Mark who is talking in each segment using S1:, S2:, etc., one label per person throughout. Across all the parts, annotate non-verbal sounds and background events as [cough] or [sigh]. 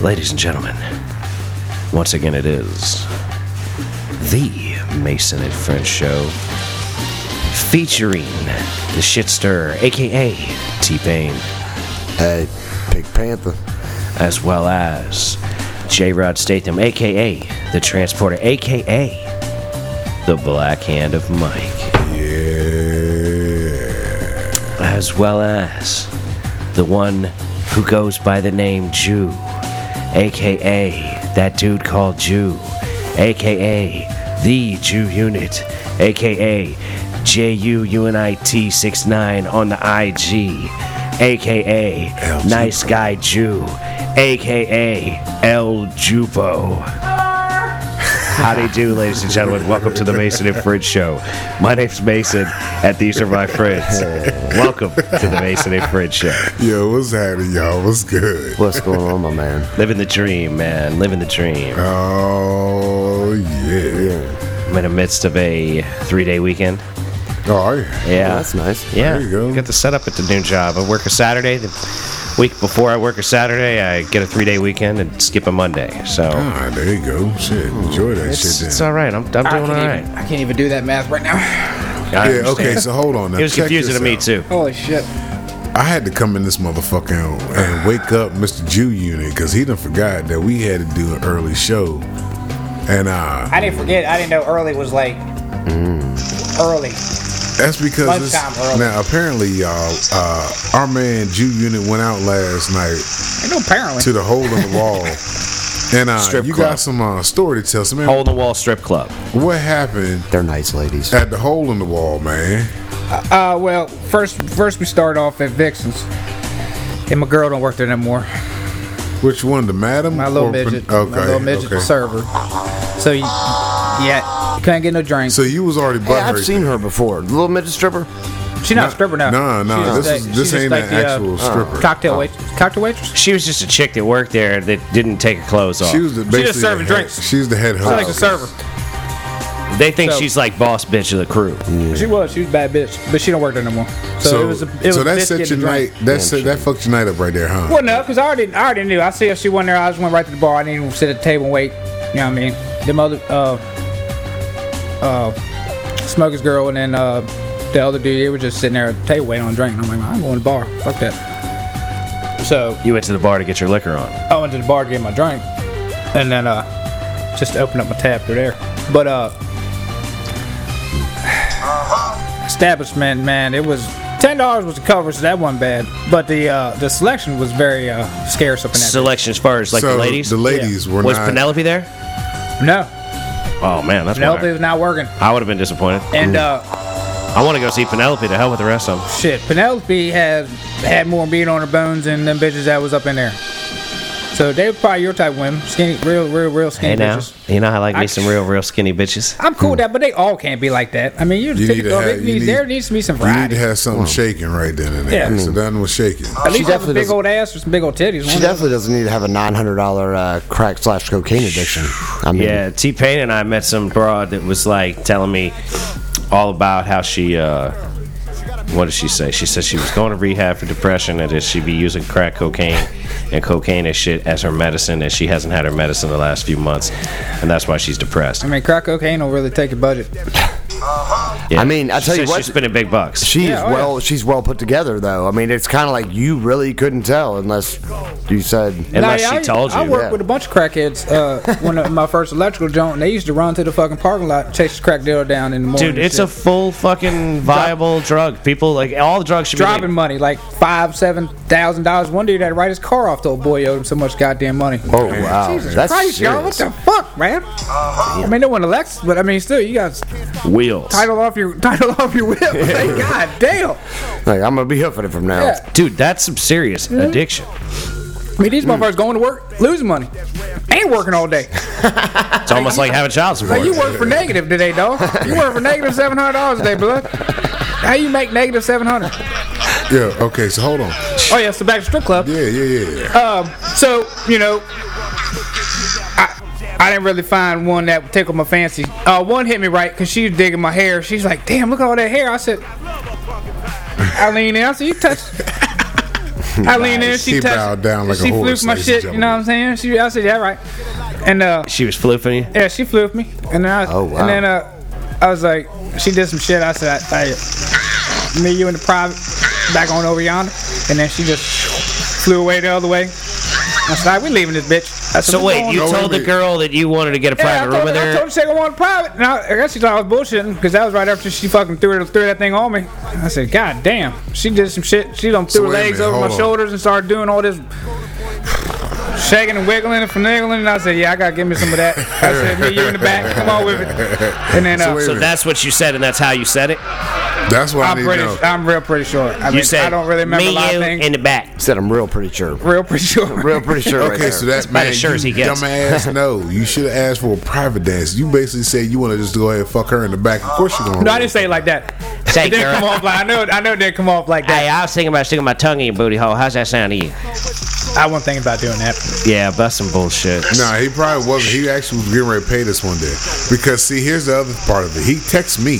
S1: Ladies and gentlemen, once again it is the Mason and French Show featuring the shit stirrer, aka T Pain,
S2: Hey, Pink Panther.
S1: as well as J Rod Statham, aka the Transporter, aka the Black Hand of Mike. as well as the one who goes by the name Jew, aka that dude called Jew, aka the Jew Unit, aka JUUNIT69 on the IG, aka Nice Guy Jew, aka El Jupo. Howdy do, ladies and gentlemen. Welcome to the Mason and Fridge Show. My name's Mason, and these are my friends. Welcome to the Mason and Fridge Show.
S3: Yo, what's happening, y'all? What's good?
S2: What's going on, my
S4: [laughs]
S2: man?
S1: Living the dream, man. Living the dream.
S3: Oh, yeah.
S1: I'm in the midst of a three-day weekend.
S3: Oh, yeah.
S1: Yeah.
S2: that's nice.
S1: Yeah.
S3: There you go.
S1: Got the setup at the new job. I work a Saturday. The week before I work a Saturday, I get a three-day weekend and skip a Monday. So
S3: Ah, there you go. Shit, enjoy that
S1: it's,
S3: shit
S1: it's
S3: then.
S1: all right. I'm, I'm doing
S5: I
S1: all
S5: can't,
S1: right.
S5: even, I can't even do that math right now. [laughs]
S1: I
S3: yeah, okay,
S1: understand.
S3: so hold on. Now.
S1: It was
S3: Check
S1: confusing
S3: this
S1: to me
S3: out.
S1: too.
S5: Holy shit.
S3: I had to come in this motherfucker and, and wake up Mr. Jew Unit because he done forgot that we had to do an early show. And uh,
S5: I didn't forget. I didn't know early was like
S3: Mm.
S5: early.
S3: that's because it's,
S5: Lunchtime early.
S3: now apparently y'all, uh, our man Jew Unit went out last night
S5: I know apparently.
S3: to the hole in the
S1: [laughs]
S3: wall. And uh,
S1: Strip
S3: you
S1: club.
S3: got some uh, story to tell. So man,
S1: Hole in the wall strip club.
S3: what happened
S2: They're nice ladies.
S3: at the hole in the wall, man?
S5: Uh, well, first, first we start off at Vixen's, and my girl don't work there no more.
S3: Which one, the madam?
S5: My little
S3: or pen-
S5: midget,
S3: Okay.
S5: my little midget
S3: okay.
S5: server. So, you, yeah, you can't get no drinks.
S3: So you was already butt
S2: Hey, I've seen her before. The little midget stripper.
S5: she's not a stripper now.
S3: Nah, nah.
S5: She's
S3: this
S5: a-
S3: is
S5: she's
S3: this
S5: just
S3: ain't
S5: like
S3: an
S5: the, uh,
S3: actual stripper.
S5: cocktail waitress. Cocktail waitress.
S1: She was just a chick that worked there that didn't take her clothes off.
S3: she was the
S5: just
S3: basically
S5: serving
S3: the head-
S5: drinks.
S3: She's the head
S5: She's
S3: host.
S5: like the server.
S1: They think
S5: So-
S1: she's like boss bitch of the crew.
S5: She was. She was a bad bitch, but she don't work there no more. So,
S3: So,
S5: it was. A, it was
S3: so that
S5: biscuit
S3: set your
S5: and drink.
S3: night. That set, that fucked your night up right there, huh?
S5: Well, no, because I already, I already knew. I see if she wasn't there, I just went right to the bar. I didn't even sit at the table and wait. You know what I mean? The mother, uh, uh, Smoker's girl, and then uh, the other dude, they were just sitting there at the table waiting on a drink. And I'm like, I'm going to the bar. Fuck that. So
S1: You went to the bar to get your liquor on.
S5: I went to the bar to get my drink, and then uh, just opened up my tab through there. But uh, [sighs] establishment, man, it was. Ten dollars was the cover, so that wasn't bad. But the uh, the selection was very uh, scarce up in that.
S1: Selection as far as like
S3: so
S1: the ladies.
S3: the ladies were
S1: was
S3: not.
S1: Penelope there?
S5: No,
S1: Oh man, that's
S5: Penelope
S1: why
S5: was not working.
S1: I, I would have been disappointed.
S5: And uh,
S1: I want to go see Penelope. To hell with the rest of them.
S5: shit, Penelope had had more meat on her bones than them bitches that was up in there. So they were probably your type of women, skinny, real, real, real
S1: Hey
S5: skinny
S1: now,
S5: bitches.
S1: you know I like me
S5: I-
S1: some real, real skinny bitches.
S5: I'm cool with that, but they all can't be like that. I mean, you,
S3: You
S5: take
S3: need
S5: it
S3: to
S5: off,
S3: have.
S5: it
S3: You
S5: needs-
S3: need,
S5: there needs to be some
S3: You need
S5: variety.
S3: to have something shaking right then and
S5: Yeah. Uh,
S3: there. So that was shaking.
S5: At least
S2: She
S5: have a
S2: definitely
S5: big old ass or some big old titties.
S2: She
S5: One
S2: definitely doesn't need to have a nine hundred dollar uh, crack slash cocaine addiction. I mean,
S1: Yeah, T Pain and I met some broad that was like telling me all about how she. uh what did she say? She said she was going to rehab for depression and that she'd be using crack cocaine and cocaine and shit as her medicine, and she hasn't had her medicine the last few months, and that's why she's depressed.
S5: I mean, crack cocaine don't really take a budget.
S1: Yeah.
S2: I mean, I
S1: She
S2: tell you
S1: said
S2: what-
S1: she's spending big bucks.
S2: she's
S5: Yeah, oh,
S2: well. She's well put together, though. I mean, it's kind of like you really couldn't tell unless you said.
S1: Unless
S5: Nah,
S1: she
S5: I,
S1: told you.
S5: I worked
S2: Yeah.
S5: with a bunch of crackheads uh, when uh, my first electrical joint. and They used to run to the fucking parking lot, and chase the crack dealer down in the morning.
S1: Dude,
S5: and
S1: it's
S5: shit.
S1: a full fucking viable drug. People like all the drugs should
S5: driving
S1: be
S5: money, like five, seven thousand dollars. One dude had to write his car off. The old boy owed him so much goddamn money.
S2: Oh wow,
S5: Jesus
S2: that's
S5: Christ, y'all! What
S2: serious. Uh-huh.
S5: the fuck, man? I mean, no one elects, but I mean, still, you got
S1: legal. wheels.
S5: title off your [laughs] title
S2: [laughs]
S5: off your whip. Like, God damn!
S2: Like, I'm gonna be hoofing it from now.
S5: Yeah.
S1: Dude, that's some serious
S5: Mm-hmm.
S1: addiction.
S5: I mean, these motherfuckers going to work, losing money, and working all day.
S1: It's almost like having child support.
S5: Like you work for negative today, dog. You work for negative seven hundred dollars a day, blood. How you make negative seven hundred?
S3: Yeah. Okay. So hold on.
S5: Oh yeah, so back to strip club.
S3: Yeah. Yeah. Yeah.
S5: Um, so you know, I, I didn't really find one that would tickle my fancy. Uh, one hit me right because she was digging my hair.
S3: [laughs]
S5: She's like, "Damn, look at all that hair." I said, "I lean in." I said, "You touched." I leaned in. She,
S3: She
S5: touched,
S3: bowed down like a
S5: She
S3: horse,
S5: flew for my
S3: ladies
S5: shit.
S3: and
S5: You know what I'm saying? She, I said, yeah, right. And uh,
S4: She was floofing you.
S5: yeah, she flew with me. And then I,
S2: Oh, wow.
S5: and then uh, I was like, she did some shit. I said, I, I, me, you, and the private back on over yonder. And then she just flew away the other way. I said, all right, we leaving this bitch. I said,
S4: So
S5: "We
S4: wait,
S5: going
S4: you
S3: No, wait a
S4: told the
S3: minute.
S4: girl that you wanted to get a private
S5: yeah, I
S4: room
S5: told,
S4: with
S5: her, I told
S4: her.
S5: her she said I wanted private. And I, I guess she thought I was bullshitting because that was right after she fucking threw, it- threw that thing on me. I said, God damn. She did some shit. She done threw
S3: So
S5: her
S3: wait a
S5: legs
S3: minute,
S5: over my
S3: hold on.
S5: shoulders and started doing all this shaking and wiggling and finagling. And I said, Yeah, I got to give me some of that. I said, Me, you in the back. Come on with it. And then uh,
S3: wait a
S4: So
S3: minute.
S4: that's what you said, and that's how you said it.
S3: That's why I
S5: I'm
S3: need
S5: pretty,
S3: to know.
S5: I'm real pretty sure. I,
S4: You
S5: mean,
S4: said
S5: I don't really remember
S4: me,
S5: a lot
S4: you,
S5: of things.
S4: in the back.
S2: Said I'm real pretty sure.
S5: real pretty sure.
S3: [laughs]
S2: Real pretty [laughs] sure. right
S3: Okay,
S2: there.
S3: so that's
S4: about
S3: man,
S4: as sure
S3: you
S4: as he gets.
S3: dumbass. no, you should have asked for a private dance. You basically said you want to just go ahead and fuck her in the back. Of course you going.
S5: no, I didn't say it like that.
S4: Say,
S5: It didn't
S4: girl.
S5: come off like I know. I know it didn't come off like that.
S4: Hey, I was thinking about sticking my tongue in your booty hole. How's that sound to you?
S5: I wasn't thinking about doing that.
S4: Yeah, that's some bullshit.
S3: Nah, he probably wasn't. He actually was getting ready to pay this one day. Because see, here's the other part of it. He texts me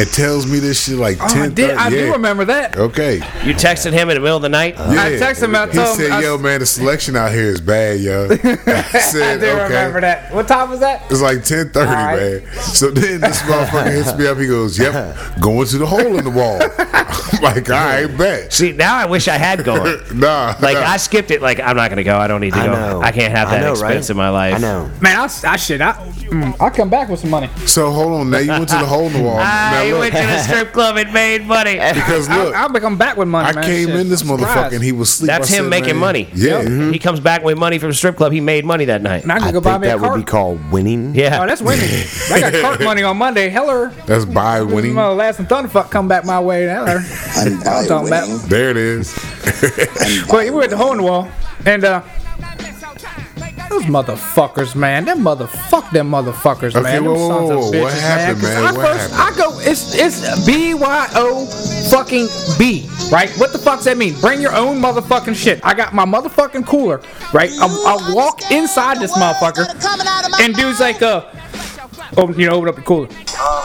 S3: and tells me this shit like
S5: Oh, I
S3: ten
S5: did.
S3: thirty.
S5: I
S3: yeah.
S5: do remember that.
S3: Okay.
S4: You texted him in the middle of the night.
S3: Yeah.
S5: I texted him, I
S3: He
S5: told him-
S3: said,
S5: I-
S3: "Yo, man, the selection out here is bad,
S5: [laughs]
S3: yo." I
S5: I
S3: said,
S5: do
S3: "Okay."
S5: remember that. What time was that?
S3: It's like ten thirty,
S5: Alright.
S3: man. So then
S5: [laughs]
S3: this motherfucker hits me up. He goes, "Yep, going to the hole in the wall." [laughs] I'm like, "I ain't bet."
S4: See, now I wish I had gone.
S3: [laughs]
S5: [laughs]
S3: Nah,
S4: Like
S3: nah.
S4: I skipped it. Like I'm not gonna go. I don't need to
S2: I
S4: go.
S2: know.
S4: I can't have
S2: I
S4: that
S2: know,
S4: expense
S2: right?
S4: in my life.
S2: I know.
S5: Man, I, I shit. I, mm, I'll come back with some money.
S3: So hold on. Now you went to the hole in
S5: [laughs]
S3: the wall. now,
S4: I
S3: look,
S4: went to the strip club and made money.
S3: because
S5: I'll,
S3: look,
S5: I'll become back with money.
S3: I
S5: man.
S3: came
S5: Shit.
S3: in this
S5: I'm surprised.
S3: motherfucker and he was asleep.
S4: That's
S3: I
S4: him
S3: said,
S4: making
S3: "Man,
S4: money.
S3: Yeah.
S5: Mm-hmm.
S4: He comes back with money from the strip club. He made money that night.
S5: And I
S2: I
S5: can go
S2: think
S5: buy me a
S2: that
S5: cart.
S2: would be called winning.
S4: Yeah.
S5: Oh, that's winning.
S3: [laughs]
S5: I got cart money on Monday. Heller.
S3: That's by winning.
S5: My last and thunderfuck come back my way. Heller. I'm talking about.
S3: There it is.
S5: But we were at the hole in the wall, and uh, those motherfuckers, man. Them motherfuck them motherfuckers,
S3: Okay,
S5: man. Them
S3: whoa, whoa,
S5: sons of
S3: whoa,
S5: bitches,
S3: what happened,
S5: 'Cause
S3: man?
S5: I
S3: What
S5: first, I go. It's it's B Y O fucking B, right? What the fuck's that mean? Bring your own motherfucking shit. I got my motherfucking cooler, right? I, I walk inside this motherfucker, and dude's like, uh, open, you know, open up the cooler.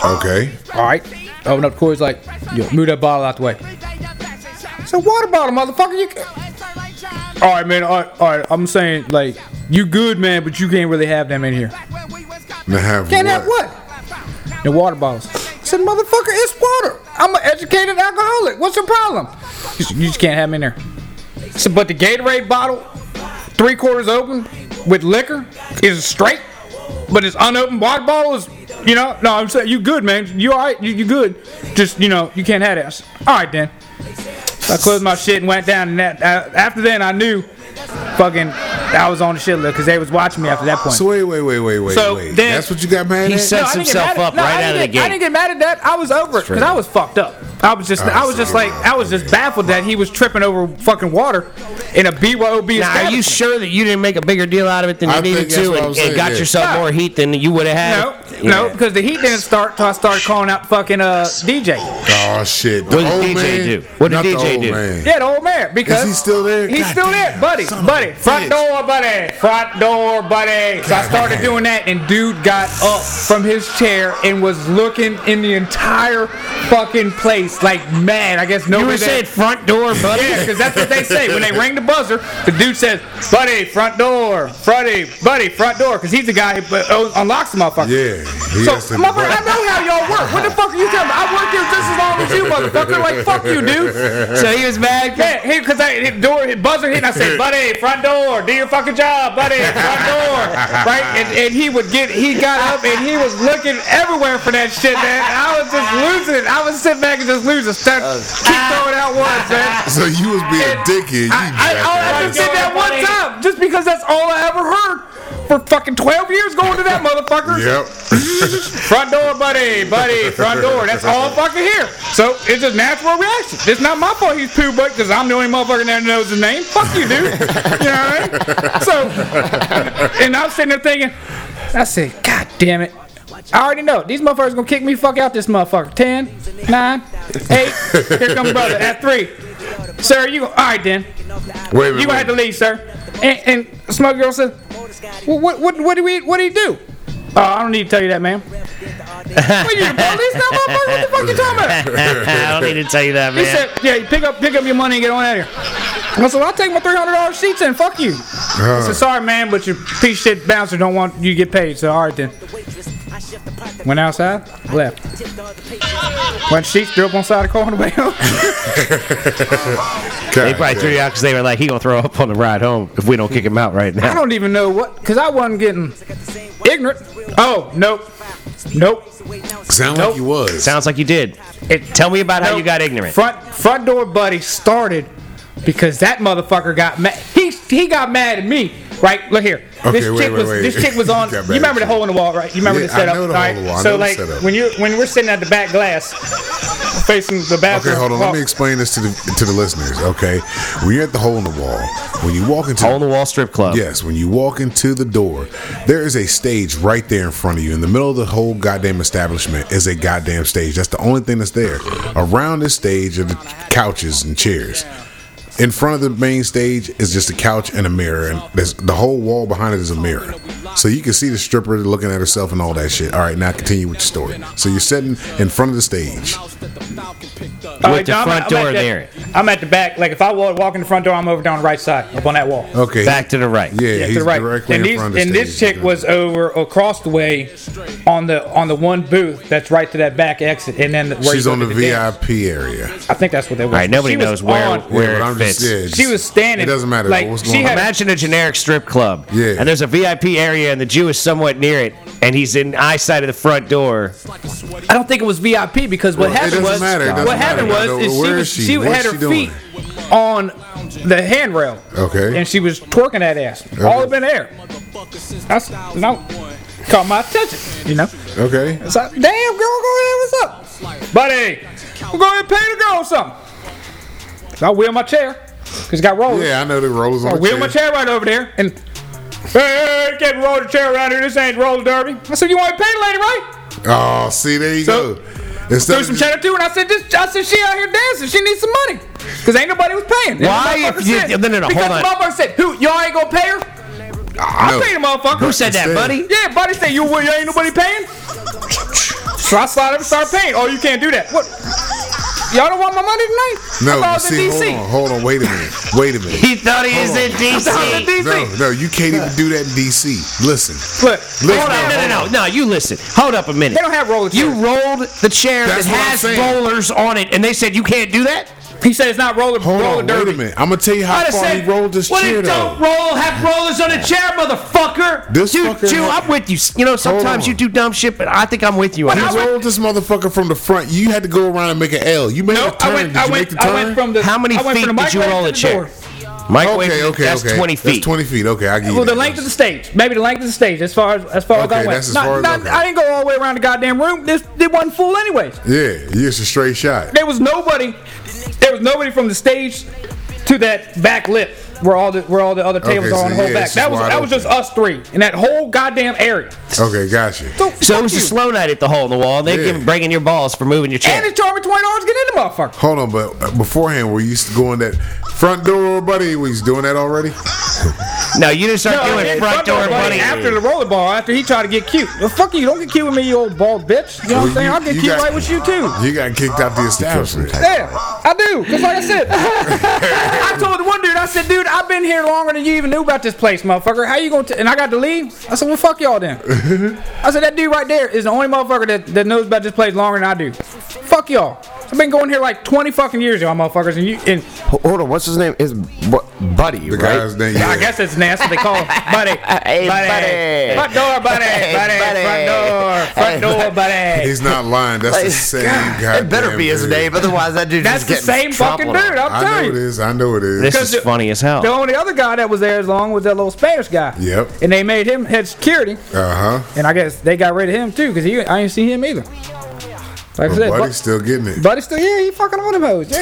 S3: Okay.
S5: All right, open up the cooler. He's like, yo, move that bottle out the way. It's a water bottle, motherfucker. You. Can- all right, man. All right, all right. I'm saying like you good, man, but you can't really have them in here.
S3: Now have what?
S5: Can't have what? The water bottles. I said, motherfucker, it's water. I'm an educated alcoholic. What's your problem? You just, you just can't have them in there. I said, but the Gatorade bottle, three quarters open with liquor, is straight, but it's unopened water bottle is, you know, no, I'm saying you good, man. You all right? You, you good? Just you know, you can't have that. I said, all right, then. So I closed my shit and went down, and that, uh, after then I knew, fucking, I was on the shit look because they was watching me after that point.
S3: So wait, wait, wait, wait, wait.
S5: So
S3: wait.
S5: then-
S3: That's what you got mad
S4: He
S3: at.
S4: said- sets
S5: I didn't get
S4: himself
S5: mad at-
S4: up right
S5: I
S4: out of
S5: didn't
S4: the
S5: get- I
S4: gate.
S5: didn't get mad at that. I was over it because I was fucked up. I was just, I was just like, I was just baffled that he was tripping over fucking water in a BYOB.
S4: Now, are you
S5: establishment.
S4: sure that you didn't make a bigger deal out of it than you
S3: I
S4: needed
S3: think that's
S4: to,
S3: what
S4: and,
S3: I'm
S4: and
S3: saying,
S4: got
S3: yeah.
S4: yourself more heat than you would have
S5: No,
S4: had?
S5: no,
S4: Yeah.
S1: [laughs]
S5: because the heat didn't start till I started calling out fucking uh, DJ.
S3: Oh shit. The
S4: What did
S3: old
S4: DJ
S3: man,
S4: do? What did
S3: not the
S4: DJ
S3: old
S4: do?
S3: Man.
S5: Yeah, the old man. Because
S3: Is he still there?
S5: He's
S3: God
S5: still there,
S3: damn,
S5: buddy,
S3: son of a
S5: buddy. Front
S3: bitch.
S5: door, buddy. Front door, buddy. So I started doing that, and dude got up from his chair and was looking in the entire fucking place like mad. I guess
S4: You
S5: nobody.
S4: were
S5: there-
S4: saying front door, buddy.
S5: Yeah, because that's what they say. When they ring the buzzer, the dude says, Buddy, front door, Buddy, buddy, front door, because he's the guy who uh, unlocks the motherfucker.
S3: Yeah, he
S5: So,
S3: has to- [laughs]
S5: motherfucker, I know how y'all work. What the fuck are you talking about? I worked here just as long as you, motherfucker. Like, fuck you, dude.
S4: So he was mad.
S5: Yeah, he because I hit door, hit buzzer hit, and I said, "Buddy, front door, do your fucking job, buddy, front door." Right, and, and he would get, he got up and he was looking everywhere for that shit, man. And I was just losing it. I was sitting back and just losing. Start, keep throwing out ones, man.
S3: So you was being a dickhead. You
S5: I, I, all I
S3: jackass.
S5: just did that one time, just because that's all I ever heard for fucking twelve years going to that motherfucker.
S3: Yep.
S5: Front door, buddy, buddy, front door. That's all fucking here. So it's a natural reaction. It's not my fault he's poo butt because I'm the only motherfucker that knows his name. Fuck you, dude. You know what I mean? So, and I'm sitting there thinking, I said, God damn it. I already know. These motherfuckers gonna kick me the fuck out this motherfucker. Ten, nine, eight. Here comes brother at three. Sir, you all right then.
S3: [laughs] Wait a minute.
S5: You gonna
S3: wait.
S5: have to leave, sir. And, and Smoke Girl said, well, what, what, what, do we, what do you do? Oh, I don't need to tell you that, ma'am. what, you the police now, motherfucker? What the fuck you talking about?
S4: I don't need to tell you that,
S5: He
S4: man.
S5: said, yeah, pick up, pick up your money and get on out of here. I said, well, I'll take my $300 seats and fuck you. I said, sorry, man, but your piece of shit bouncer don't want you to get paid. So, all right then. Went outside, left. Went sheets, threw up on the side of the car on the way home.
S1: They probably threw you out because they were like, he gonna throw up on the ride home if we don't kick him out right
S5: I
S1: now.
S5: don't even know what, because I wasn't getting ignorant. Oh, nope. Nope.
S3: Sound
S5: Nope.
S3: like you was.
S1: Sounds like you did. It, tell me about how Oh, you got ignorant.
S5: Front front door buddy started because that motherfucker got mad. He he got mad at me. Right, look here.
S3: Okay,
S5: this
S3: wait,
S5: chick
S3: wait,
S5: was
S3: wait.
S5: this
S3: [laughs]
S5: chick was on.
S3: Got
S5: you
S3: mad
S5: remember the
S3: at you.
S5: hole in the wall, right? You remember
S3: Yeah,
S5: the
S3: I
S5: setup,
S3: know the hole
S5: right?
S3: in the wall. I know
S5: So
S3: the
S5: like
S3: setup.
S5: when you when we're sitting at the back glass facing the bathroom.
S3: Okay, hold on. Let
S5: wall,
S3: me explain this to the to the listeners. Okay, when you're at the hole in the wall, when you walk into
S1: Hole in the wall strip club.
S3: Yes, when you walk into the door, there is a stage right there in front of you. In the middle of the whole goddamn establishment is a goddamn stage. That's the only thing that's there. Around this stage are the couches and chairs. In front of the main stage is just a couch and a mirror, and there's, the whole wall behind it is a mirror. So you can see the stripper looking at herself and all that shit. All right, now continue with your story. So you're sitting in front of the stage.
S5: all
S1: with the
S5: now I'm
S1: front
S5: at-
S1: door
S5: I'm at
S1: there.
S5: The, I'm at the back. Like if I wa- walk in the front door, I'm over down the right side, up on that wall.
S3: Okay.
S1: Back to the right.
S3: Yeah,
S5: Yeah, to
S3: he's
S5: the right.
S3: directly
S5: and
S3: in
S5: these-
S3: front of the
S5: and
S3: stage.
S5: this chick was over across the way on the on the one booth that's right to that back exit, and then the- where
S3: She's
S5: you go
S3: on
S5: to
S3: the
S5: dance.
S3: VIP area.
S5: I think that's what they were.
S1: All right, nobody
S5: She was
S1: knows where
S5: on-
S1: where
S3: Yeah, but
S1: it
S3: I'm
S1: fits.
S3: just- yeah,
S5: She was standing.
S3: It doesn't matter
S5: like,
S3: what's
S5: she
S3: going
S5: had-
S3: on.
S1: Imagine a generic strip club.
S3: Yeah.
S1: And there's a VIP area, and the Jew is somewhat near it, and he's in eyesight of the front door.
S5: I don't think it was VIP because what
S3: It
S5: happened
S3: doesn't
S5: was
S3: matter, it doesn't
S5: what happened
S3: matter.
S5: was is she
S3: Where
S5: was
S3: is
S5: she,
S3: she? What's
S5: had her
S3: she doing?
S5: feet on the handrail.
S3: Okay.
S5: And she was twerking that ass all up in the air. That's you know, caught my attention. You know.
S3: Okay.
S5: It's like, damn girl, go ahead. What's up, buddy? We're going to pay the girl something. So I wheel my chair because got rollers.
S3: Yeah, I know the rollers
S5: I
S3: on
S5: wheel my
S3: the chair.
S5: chair right over there and hey, hey, hey, can't roll the chair around here. This ain't roller derby. I said, you want to pay the lady, right?
S3: Oh, see, there you
S5: So-
S3: go. Instead
S5: threw
S3: of
S5: some
S3: just-
S5: cheddar too, and I said, "This, I said she out here dancing. She needs some money, cause ain't nobody was paying." And the
S1: Why
S5: motherfucker
S1: if you- no, no, no,
S5: because
S1: hold on.
S5: the
S1: Oh.
S5: motherfucker said, "Who y'all ain't gonna pay her?" I
S3: no.
S5: paid the motherfucker.
S1: Who said that,
S3: Instead-
S1: buddy?
S5: Yeah, buddy said you, you ain't nobody paying. So I slide up and start paying. Oh, you can't do that. What? Y'all don't want my money tonight? I
S3: No,
S5: thought I
S3: you
S5: was
S3: see, hold
S5: in DC.
S3: on, hold on, wait a minute, wait a
S5: [laughs]
S3: minute.
S1: He thought he was in
S5: I thought I was in
S1: D.C.
S5: DC.
S3: No, no, you can't even do that in DC. Listen,
S5: Look,
S3: Listen,
S1: Hold on,
S3: Hold
S1: no, no, no,
S3: on.
S1: no. You listen. Hold up a minute.
S5: They don't have roller
S1: You
S5: chairs.
S1: rolled the chair
S3: That's what I'm
S1: that has
S3: saying.
S1: rollers on it, and they said you can't do that.
S5: he said it's not roller
S3: hold
S5: roller
S3: on,
S5: derby.
S3: wait a minute. I'm gonna tell you how
S1: I'd have
S3: far
S1: said,
S3: he rolled this
S1: "Well,
S3: chair
S1: you
S3: though.
S1: don't roll, have rollers on a chair, motherfucker.
S3: This
S1: Dude,
S3: fucker
S1: Jew,
S3: had-
S1: I'm with you. You know, sometimes
S3: on.
S1: you do dumb shit, but I think I'm with you. on
S3: He
S1: this.
S3: rolled this motherfucker from the front. You had to go around and make an L. You made
S5: No,
S3: a turn.
S5: I went.
S3: Did
S5: I
S3: you make
S5: went.
S3: the
S5: I
S3: turn?
S5: went from the.
S1: How many
S5: I went
S1: feet
S5: from the
S1: did you
S5: microwave
S1: roll
S5: to
S1: a
S5: the
S1: chair?
S5: door.
S1: Microwave.
S3: Okay, okay,
S1: that's
S3: okay.
S1: 20 feet.
S3: That's 20 feet. Okay, I get
S5: Well,
S3: you.
S5: the
S3: that.
S5: length of the stage, maybe the length of the stage, as far as as far
S3: Okay,
S5: as I went.
S3: that's as
S5: Not-
S3: far as-
S5: not-
S3: okay.
S5: I didn't go all the way around the goddamn room. This it wasn't full anyways.
S3: Yeah, yeah, it's a straight shot.
S5: There was nobody. There was nobody from the stage to that back lip where all the where all the other tables
S3: Okay,
S5: are
S3: so
S5: on the whole
S3: yeah,
S5: back.
S3: it's
S5: That
S3: just
S5: was
S3: wide
S5: that was just
S3: open.
S5: us three in that whole goddamn area.
S3: Okay, gotcha.
S5: So,
S1: So it
S5: fuck
S1: was a
S5: you.
S1: slow night at the hole in the wall. and They
S3: Yeah.
S1: give breaking your balls for moving your chair.
S5: And it's charming twenty dollars to get in the motherfucker.
S3: Hold on, but uh, beforehand, were you s- going that front door, buddy? Were you doing that already?
S1: No, you didn't start
S5: I
S1: doing
S5: did
S1: front
S5: front door
S1: door money.
S5: buddy after the roller ball after he tried to get cute. Well, fuck you! Don't get cute with me, you old bald bitch. You know what I'm
S3: Well,
S5: saying?
S3: you-
S5: I'll get
S3: you
S5: cute
S3: got-
S5: right with you too.
S3: You got kicked out the establishment.
S5: Yeah, I do. Cause like I said, [laughs] I told the one dude, I said, dude, I've been here longer than you even knew about this place, motherfucker. How you gonna? T-? And I got to leave. I said, well, fuck y'all [laughs] then. I said that dude right there is the only motherfucker that, that knows about this place longer than I do. Fuck y'all. I've been going here like twenty fucking years, y'all motherfuckers, and you and
S2: Ho- Hold on, what's his name? His bu- buddy,
S3: The
S2: right?
S3: guy's name.
S5: I
S3: Yeah.
S5: guess it's nasty. They call him buddy,
S2: [laughs] Hey, buddy.
S5: front door, buddy,
S2: Hey,
S5: buddy,
S2: buddy.
S5: front door, front door, buddy.
S3: He's not lying. That's the same guy.
S2: it better be his name, otherwise that dude
S5: That's
S2: just
S5: the
S2: getting
S5: same fucking
S2: trampled
S5: dude.
S2: on.
S5: I'm
S3: I
S5: telling
S3: know
S5: you.
S3: it is. I know it is.
S1: This
S5: Because
S1: is
S5: the-
S1: funny as
S5: The
S1: hell.
S5: only other guy that was there as long was that little Spanish guy.
S3: Yep.
S5: And they made him head security,
S3: Uh huh.
S5: and I guess they got rid of him too because he I ain't see him either. Like I
S3: But
S5: said,
S3: buddy's
S5: buddy's,
S3: still getting it.
S5: buddy's still yeah, he fucking on him hoes. Yeah,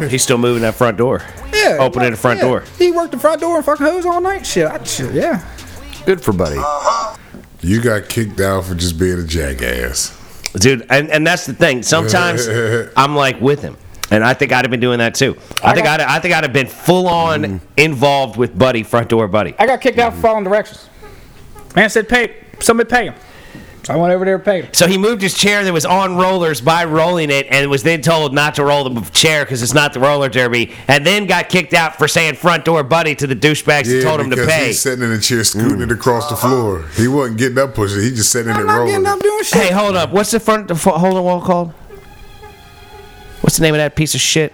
S1: [laughs]
S5: yeah,
S1: He's still moving that front door.
S5: yeah.
S1: Opening the front
S5: yeah.
S1: door.
S5: He worked the front door and fucking hose all night. Shit, I, shit yeah.
S2: Good for buddy.
S3: You got kicked out for just being a jackass.
S1: Dude, and, and that's the thing. Sometimes I'm like with him. And I think I'd have been doing that too. I think I'd, I think I'd have been full on involved with Buddy, front door Buddy.
S5: I got kicked out for following directions. Man said, pay somebody pay him. So I went over there and paid him.
S1: So he moved his chair that was on rollers by rolling it and was then told not to roll the chair because it's not the roller derby. And then got kicked out for saying front door buddy to the douchebags that told him to
S3: because
S1: pay.
S3: He's sitting in a chair, scooting it across the floor. He wasn't getting up pushing. He just sitting in it rolling. it.
S5: doing
S1: Hey, hold up. What's the front the fo- holding wall called? What's the name of that piece of shit?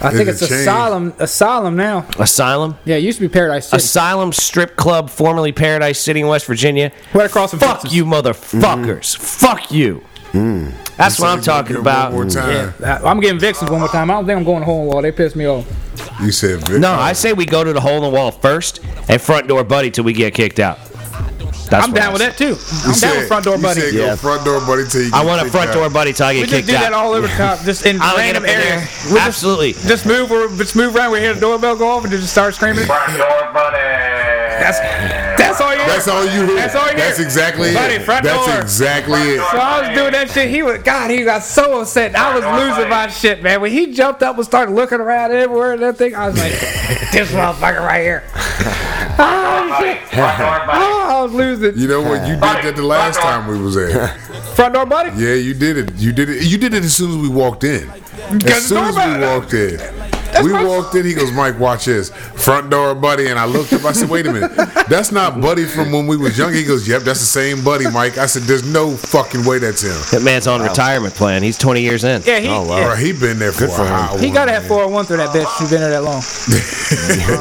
S5: I think
S3: Is
S5: it's
S3: it changed?
S5: asylum. Asylum now.
S1: Asylum?
S5: Yeah, it used to be Paradise City.
S1: Asylum Strip Club, formerly Paradise City in West Virginia.
S5: Right across from
S1: Fuck
S5: Texas.
S1: you, motherfuckers. Fuck you. That's what I'm
S3: Said you
S1: talking
S3: give him
S1: about.
S3: One more time.
S5: I- I'm getting vixens one more time. I don't think I'm going to hole in the wall. They pissed me off.
S3: You said Vic.
S1: No, I say we go to the hole in the wall first and front door buddy till we get kicked out. That's
S5: I'm
S1: what
S5: down
S1: I
S5: with
S1: say.
S5: that too.
S3: You
S5: I'm down with front door
S3: you
S5: buddy.
S3: Said
S2: Yeah.
S3: go front door buddy till you
S1: I
S3: get
S1: want a
S3: kicked
S1: front door
S3: out.
S1: buddy till I
S5: We
S1: get
S5: just
S1: kicked
S5: do
S1: out.
S5: that all over the top,
S1: [laughs]
S5: just in
S1: I'll get up
S5: random
S1: in
S5: areas.
S1: there.
S5: We just-
S1: [laughs] Absolutely.
S5: Just move, or just move around. We hear the doorbell go off, and just start screaming.
S6: Front door
S5: [laughs]
S6: buddy.
S5: That's that's all you. hear.
S3: That's all you hear.
S5: That's all you
S3: That's
S5: hear.
S3: exactly
S5: Buddy,
S3: it.
S5: front
S3: That's
S5: door.
S3: exactly it.
S5: So I was doing that shit. He was God. He got so upset. I was losing my shit, man. When he jumped up and started looking around everywhere and that thing, I
S3: [laughs]
S5: was like, "This motherfucker right here." oh, shit.
S6: Front door buddy.
S5: Oh, I was losing.
S3: You know what? You did that the last time we was there.
S5: Front door, buddy.
S3: Yeah, you did it. You did it. You did it as soon as we walked in. As soon as we walked in. We
S5: my-
S3: walked in, he goes, Mike, watch this. Front door buddy. And I looked up, I said, wait a minute. That's not buddy from when we was young. He goes, Yep, that's the same buddy, Mike. I said, There's no fucking way that's him.
S1: That man's on retirement plan. He's 20 years in.
S5: Yeah, he
S3: Bro, he been there for, a
S2: for him.
S3: hot
S5: he
S3: one,
S5: gotta have
S3: man.
S5: 401 through that bitch. He's been there that long.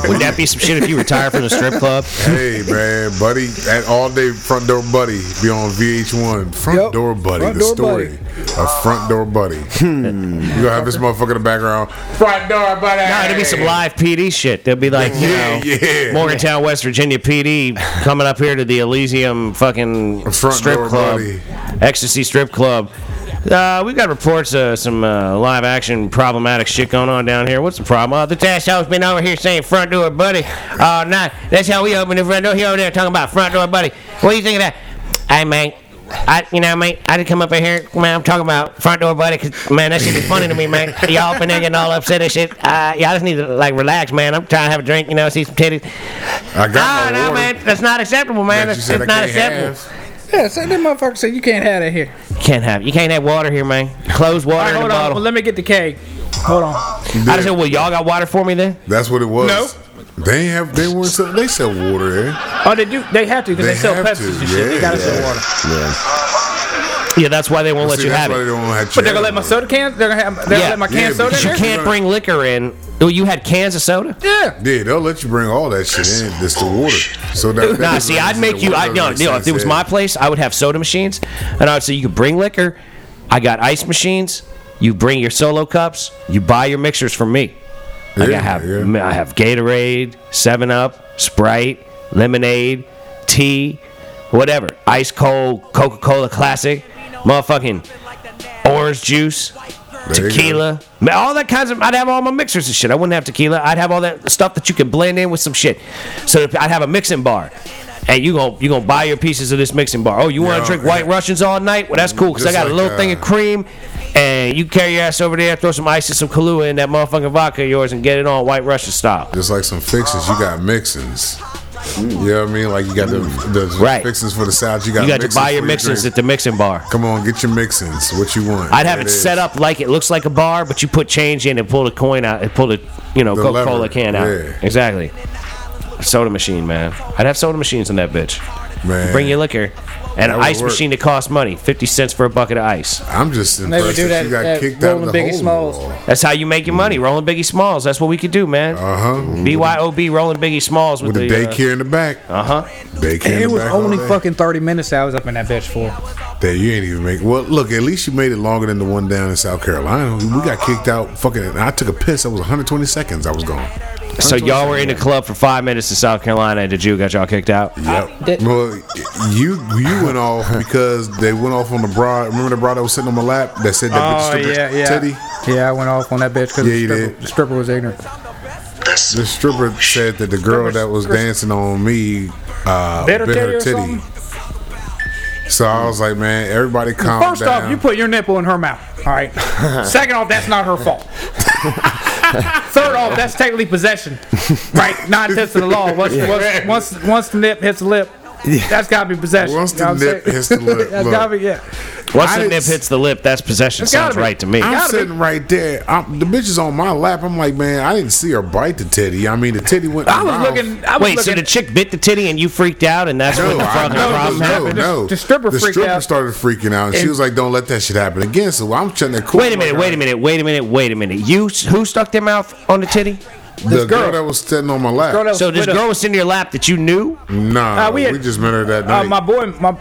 S1: Would that be some shit if you retire from the strip
S5: [laughs]
S1: club?
S3: Hey man, buddy, that all day front door buddy be on VH1. Front
S5: Yep.
S3: door buddy,
S5: Front
S3: the
S5: door Hmm.
S3: story of front door
S5: [laughs]
S3: buddy. You gonna have this motherfucker in the background. Front door buddy.
S1: No, it'll be some live PD shit. They'll be like, you
S3: Yeah,
S1: know,
S3: yeah.
S1: Morgantown, West Virginia PD coming up here to the Elysium fucking
S3: Front
S1: strip
S3: door
S1: club,
S3: buddy.
S1: Ecstasy Strip Club. Uh, we've got reports of some uh, live action problematic shit going on down here. What's the problem? Uh, the task has been over here saying front door buddy. Uh, nah, that's how we open the front door. He over there talking about front door buddy. What do you think of that? Hey, man. I, you know, mate, I didn't come up in here, man. I'm talking about front door buddy, 'cause, man, that shit is funny to me,
S3: [laughs]
S1: man. Y'all up in there getting all upset and shit. Uh, y'all just need to like relax, man. I'm trying to have a drink, you know, see some titties.
S3: I
S1: Ah,
S3: got my
S1: no,
S3: water.
S1: man, that's not acceptable, man.
S3: that you
S1: That's,
S3: said
S1: that's
S3: I
S1: not
S3: can't
S1: acceptable.
S3: have.
S5: Yeah, so that motherfucker said you can't have that here.
S1: Can't have. You can't have water here, man. Closed water
S5: All right,
S1: in the
S5: hold on.
S1: bottle.
S5: Well, let me get the keg. Hold on.
S1: I just said, well, y'all got water for me then?
S3: That's what it was.
S5: No.
S3: They ain't have. They weren't. sell- They sell water eh? there.
S5: Oh, they do. They have to because
S3: They
S5: they, sell
S3: have
S5: Pepsi
S3: to,
S5: and shit. They
S3: yeah,
S5: gotta sell
S3: yeah.
S5: water.
S1: Yeah, that's why they won't let
S3: See,
S1: you
S3: that's
S1: have
S3: why
S1: it.
S3: They don't have
S5: But they're gonna let my soda cans. They're gonna have. They're
S1: Yeah.
S5: gonna let my
S3: Yeah,
S5: canned soda
S3: because
S5: in
S1: You
S5: there.
S3: You're
S1: can't
S3: gonna-
S1: bring liquor in. Oh, you had cans of soda?
S5: yeah.
S3: Yeah, they'll let you bring all that shit in. Just the water. So that, that
S1: Nah,
S3: doesn't
S1: see, I'd
S3: make
S1: make you. I,
S3: sense.
S1: no,
S3: That
S1: no, if it was
S3: doesn't
S1: my
S3: make
S1: place, I would have soda machines, and I would say you could bring liquor. I got ice machines. You bring your solo cups. You buy your mixers from me. Like
S3: Yeah,
S1: I have,
S3: yeah.
S1: I have Gatorade, Seven Up, Sprite, lemonade, tea, whatever. Ice cold Coca Cola Classic, motherfucking orange juice,
S3: you go.
S1: tequila, man, all that kinds of. I'd have all my mixers and shit. I wouldn't have tequila. I'd have all that stuff that you can blend in with some shit. So if- I'd have a mixing bar. And you gon' you gonna buy your pieces of this mixing bar. Oh, you want to
S3: Yeah,
S1: drink White
S3: yeah.
S1: Russians all night? Well, that's cool because I
S3: Just
S1: got a
S3: like,
S1: little thing
S3: uh,
S1: of cream, and you carry your ass over there, throw some ice and some Kahlua in that motherfucking vodka of yours, and get it on White Russian style.
S3: Just like some fixings, you got mixins. You know what I mean? Like you got the, the
S1: Right.
S3: fixins for the South. You got,
S1: You got to buy your
S3: for
S1: mixins at
S3: drinks.
S1: the mixing bar.
S3: Come on, get your mixins. What you want?
S1: I'd have it,
S3: There is.
S1: set up like it looks like a bar, but you put change in and pull the coin out and pull the you know
S3: The
S1: Coca Cola
S3: lever,
S1: can out.
S3: yeah.
S1: Exactly. Soda machine, man. I'd have soda machines in that bitch.
S3: Man.
S1: Bring your liquor. And an
S3: would
S1: ice
S3: work.
S1: machine that costs money, fifty cents for a bucket of ice.
S3: I'm just
S5: would
S3: impressed
S5: do
S3: that, you
S5: that
S3: got
S5: at
S3: kicked out of the
S5: Rolling Biggie
S3: hole.
S5: Smalls.
S1: That's how you make your money, rolling Biggie Smalls. That's what we could do, man.
S3: Mm. Uh
S1: Mm-hmm.
S3: huh.
S1: BYOB rolling Biggie Smalls with,
S3: With the daycare in the back.
S1: Uh huh.
S3: Daycare. in
S5: Uh-huh. And
S3: the
S5: it was
S3: back all
S5: only
S3: day.
S5: fucking 30 minutes I was up in that bitch for.
S3: That you ain't even make. Well, look, at least you made it longer than the one down in South Carolina. We got kicked out. Fucking, and I took a piss. I was 120 seconds. I was gone.
S1: uh, So y'all were in the club for five minutes in South Carolina. and The Jew got y'all kicked out.
S3: Yep.
S5: did-
S3: Well, you you went off
S5: [laughs]
S3: because they went off on the broad. Remember the broad that was sitting on my lap that said that bitch stripper titty.
S5: Oh, Yeah, I went off on that bitch because
S3: Yeah, you
S5: the, stripper-
S3: did.
S5: the stripper was ignorant.
S3: The stripper said that the girl that was dancing on me uh, bit
S5: Bit her
S3: her
S5: titty or
S3: titty. So I was like, man, everybody calm
S5: First
S3: down.
S5: off, you put your nipple in her mouth.
S3: [laughs]
S5: All right. Second off, that's not her fault. Third off, that's technically possession. Right? Not against the law. Once, once, once, once the nip hits the lip, That's gotta be possession.
S3: Once
S5: you know
S3: the
S5: what I'm
S3: nip
S5: saying?
S3: hits the lip,
S5: [laughs] That's
S3: look.
S5: gotta be yeah.
S1: Once
S3: I
S1: the nip
S3: didn't-
S1: hits the lip, that's possession.
S5: It's gotta
S1: Sounds
S5: be.
S1: right to me.
S3: I'm
S5: Gotta be.
S3: sitting right there. I'm, the bitch is on my lap. I'm like, man, I didn't see her bite the titty. I mean, the titty went.
S5: I was
S3: around.
S5: looking. I was
S1: Wait, so
S5: looking-
S1: the chick bit the titty and you freaked out, and
S5: [laughs]
S1: that's
S3: No,
S1: what the
S3: I,
S1: fucking
S3: no,
S1: problem
S3: no,
S1: happened?
S3: no, no.
S5: The stripper
S3: the
S5: freaked
S3: stripper
S5: out.
S3: started freaking out, and, she
S5: And-
S3: was like, "Don't let that shit happen again." So I'm trying to.
S1: Wait a minute, wait a minute, wait a minute, wait a minute. You who stuck their mouth on the titty?
S3: The girl, that was sitting on my lap.
S5: Girl that was
S1: So this
S5: with us.
S1: girl was in your lap that you knew.
S3: nah,
S5: Uh, we
S3: we,
S5: had-
S3: just met her that
S5: Uh,
S3: night.
S5: my boy, my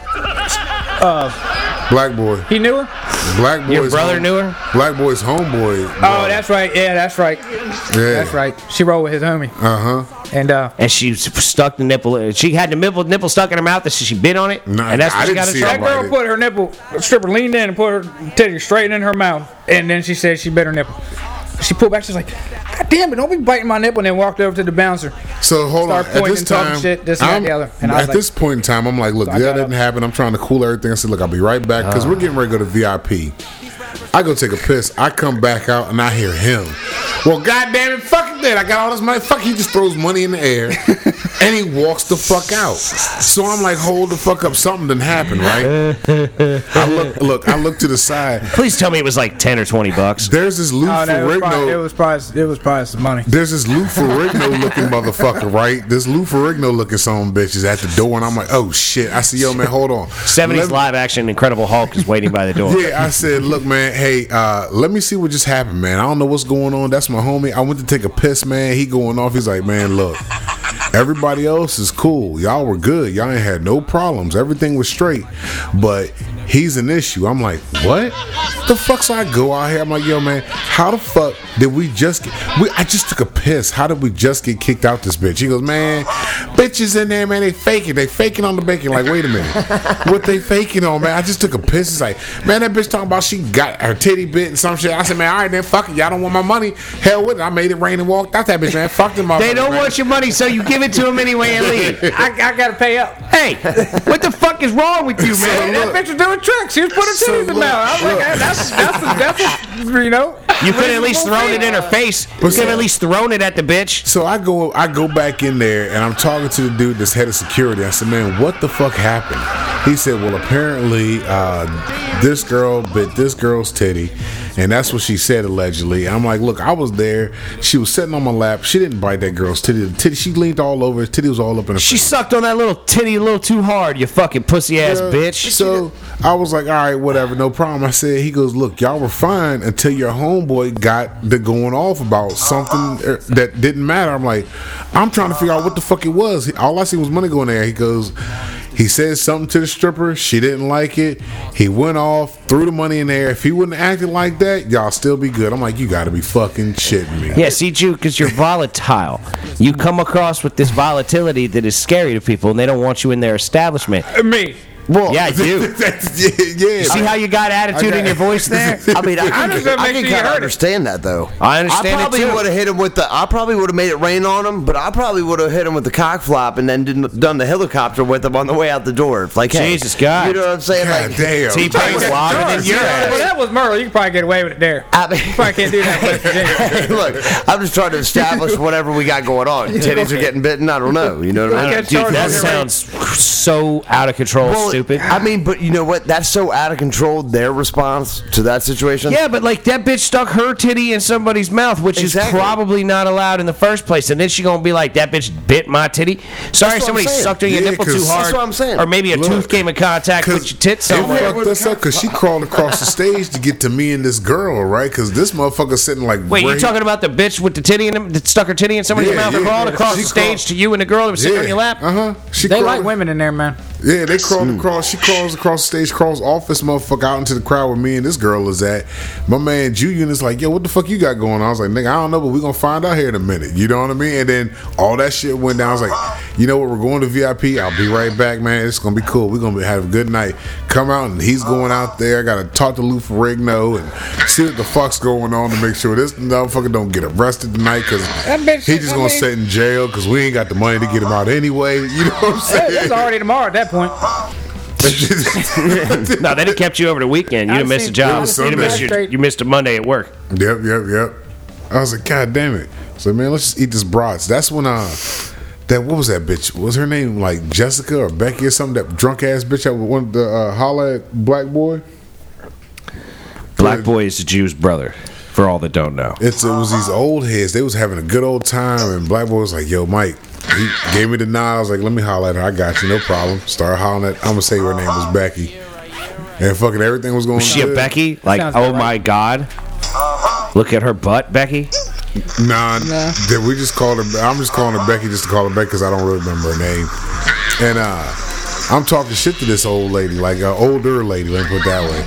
S3: black boy,
S5: he knew her.
S3: black boy.
S1: Your brother knew her?
S3: Black boy's homeboy.
S5: Oh, that's right. Yeah, that's right. That's right. She rolled with his homie,
S3: Uh huh.
S5: and uh,
S1: And she s- stuck the nipple. She had the nipple nipple stuck in her mouth, and she she bit on it.
S3: Nah,
S1: and that's what
S3: I
S1: she
S3: didn't
S1: got in
S3: see
S1: trouble.
S3: it.
S5: that
S3: Alrighty.
S5: girl put her nipple. Stripper leaned in and put her titty straight in her mouth, and then she said she bit her nipple. She pulled back. She's like, "God damn it! Don't be biting my nipple!" And then walked over to the bouncer.
S3: So hold
S5: Start
S3: on. At
S5: pointing,
S3: this
S5: talking
S3: time,
S5: shit, this and that,
S3: I'm-
S5: the other. And I
S3: at
S5: was like-
S3: this point in time, I'm like, look,
S5: I
S3: that
S5: got
S3: didn't
S5: up. Ah.
S3: happen. I'm trying to cool everything. I said, look, I'll be right back because we're getting ready to go to VIP. I go take a piss. I come back out and I hear him. Well, goddamn it, fuck it, then. I got all this money. Fuck, he just throws money in the air
S5: [laughs]
S3: and he walks the fuck out. So I'm like, hold the fuck up. Something didn't happen,
S5: [laughs]
S3: right? I look, look, I look to the side.
S1: Please tell me it was like ten or twenty bucks.
S3: There's this Lou
S5: Oh, no, it, was probably, it
S3: Ferrigno.
S5: was probably it was probably some money.
S3: There's this Lou Ferrigno looking motherfucker, right? This Lou Ferrigno looking some bitches at the door, and I'm like, oh shit. I said, yo, man, hold
S1: [laughs]
S3: on.
S1: Seventies
S3: Let me-
S1: live action, Incredible Hulk is waiting by the door.
S3: Yeah, I said, look, man, hey, uh, let me see what just happened, man. I don't know what's going on. That's my homie. I went to take a piss, man. He going off. He's like, man, look, everybody else is cool. Y'all were good. Y'all ain't had no problems. Everything was straight. But he's an issue. I'm like, what? The fuck? So I go out here. I'm like, yo, man, how the fuck did we just get, we, I just took a piss. How did we just get kicked out this bitch? He goes, man, bitches in there, man, they faking. They faking on the bacon. Like, wait a minute. what they faking on, man? I just took a piss. It's like, man, that bitch talking about she got her titty bit and some shit. I said, man, all right, then fuck it. Y'all don't want my money. Hell with it. I made it rain and walked out that bitch, man. Fuck them
S1: They don't
S3: [laughs]
S1: want your money, so you give it to them anyway and [laughs] leave.
S5: I, I gotta pay up.
S1: Hey, what the fuck is wrong with you, man?
S5: And that bitch was doing tricks. She was putting
S3: So
S5: titties in
S3: look,
S5: the mouth. I was like, hey, that's that's that's a, you know.
S1: You could at least thrown it in her face. You could at least thrown it at the bitch.
S3: So I go I go back in there and I'm talking to the dude that's head of security. I said, Man, what the fuck happened? He said, Well, apparently uh, this girl bit this girl's titty, and that's what she said allegedly. I'm like, Look, I was there. She was sitting on my lap. She didn't bite that girl's titty. The titty she leaned all over. The titty was all up in her
S1: She sucked on that little titty a little too hard, you fucking pussy ass bitch.
S3: So I was like, all right, whatever, no problem. I said, he goes, look, y'all were fine until your homeboy got the going off about something er, that didn't matter. I'm like, I'm trying to figure out what the fuck it was. He- All I see was money going there. He goes, he says something to the stripper. She didn't like it. He went off, threw the money in there. If he wouldn't have acted like that, y'all still be good. I'm like, you gotta be fucking shitting me.
S1: Yeah, see, Jew, because you're volatile. You come across with this volatility that is scary to people, and they don't want you in their establishment.
S5: Me.
S2: Well,
S1: Yeah,
S3: [laughs]
S1: you.
S3: That's- yeah, yeah.
S1: See how you got attitude in your voice there?
S2: I mean, I,
S5: [laughs] I
S2: can,
S5: just gotta
S2: I
S5: make
S2: can
S5: sure you
S2: kind of
S5: heard it.
S2: understand that though.
S1: I understand
S2: I
S1: it,
S2: probably
S1: too.
S2: would have hit him with the. I probably would have made it rain on him, but I probably would have hit him with the cock flop and then didn't done the helicopter with him on the way out the door. Like, hey,
S1: Jesus, God.
S2: you know what I'm saying?
S3: God
S2: like,
S3: damn.
S1: See, Pain was longer than your
S5: Well,
S1: ass.
S5: that was murder. You can probably get away with it there.
S2: I mean-
S5: you probably can't do that. in West Virginia.
S2: Hey, [laughs] look, I'm just trying to establish whatever we got
S1: [laughs]
S2: going on. Titties are getting bitten. I don't know. You know what I mean?
S5: Okay.
S1: Dude, that sounds so out of control, stupid.
S2: I mean, but you know what? That's so out of control. Their response to that situation.
S1: Yeah, but like that bitch stuck her titty in somebody's mouth, which
S2: Exactly.
S1: is probably not allowed in the first place. And then she gonna be like, "That bitch bit my titty." Sorry,
S2: what I'm
S1: somebody
S2: saying.
S1: sucked on your
S3: Yeah,
S1: nipple too
S3: 'cause-
S1: hard.
S2: That's what I'm saying.
S1: Or maybe a
S3: Look,
S1: tooth came in contact with your tit
S3: It
S1: somewhere.
S3: fucked us up because she crawled across the stage to get to me and this girl, right? Because this motherfucker sitting like.
S1: Wait,
S3: right-
S1: you talking about the bitch with the titty in him that stuck her titty in somebody's
S3: Yeah,
S1: mouth and
S3: yeah,
S1: crawled
S3: yeah.
S1: across
S3: She
S1: the stage
S3: crawled-
S1: to you and the girl that was sitting on your lap?
S3: Uh huh. She
S5: They
S3: crawled,
S5: like women in there, man.
S3: Yeah, they crawled across. She crawls across the stage, crawls off this motherfucker out into the crowd where me and this girl is at. My man Julian is like, yo, what the fuck you got going on? I was like, nigga, I don't know, but we gonna find out here in a minute. You know what I mean? And then all that shit went down. I was like, you know what? We're going to VIP. I'll be right back, man. It's gonna be cool. We're gonna be, have a good night. Come out and he's going out there. I gotta talk to Lou Ferrigno and see what the fuck's going on to make sure this motherfucker don't get arrested tonight because
S5: That bitch-
S3: he just
S5: I
S3: gonna
S5: mean-
S3: sit in jail because we ain't got the money to get him out anyway. [laughs] You know what I'm
S5: Hey,
S3: saying?
S5: It's already tomorrow at that point.
S3: [laughs] yep,
S1: No, they done kept you over the weekend. You
S5: I've
S1: done missed a
S5: seen-
S1: job.
S3: I've seen
S1: You done missed your,
S5: straight-
S1: you missed a Monday at work.
S3: yep, yep. I was like, God damn it. So man, let's just eat this brats. That's when uh That what was that bitch? What was her name like Jessica or Becky or something? That drunk ass bitch that wanted to uh, holler at black boy.
S1: Black boy is the Jew's brother. For all that don't know,
S3: It's, it was these old heads. They was having a good old time, and Black Boy was like, "Yo, Mike." He gave me the nod. I was like, "Let me holler at her. I got you, no problem." Started hollering at. I'm gonna say her name was Becky, and fucking everything was going.
S1: was she a
S3: good.
S1: Becky? Like,
S5: Sounds
S1: oh
S5: about
S1: my god, look at her butt, Becky.
S3: Nah,
S5: Nah.
S3: did we just called her? I'm just calling her Becky just to call her Becky because I don't really remember her name. And uh, I'm talking shit to this old lady, like an older lady, let me put it that way.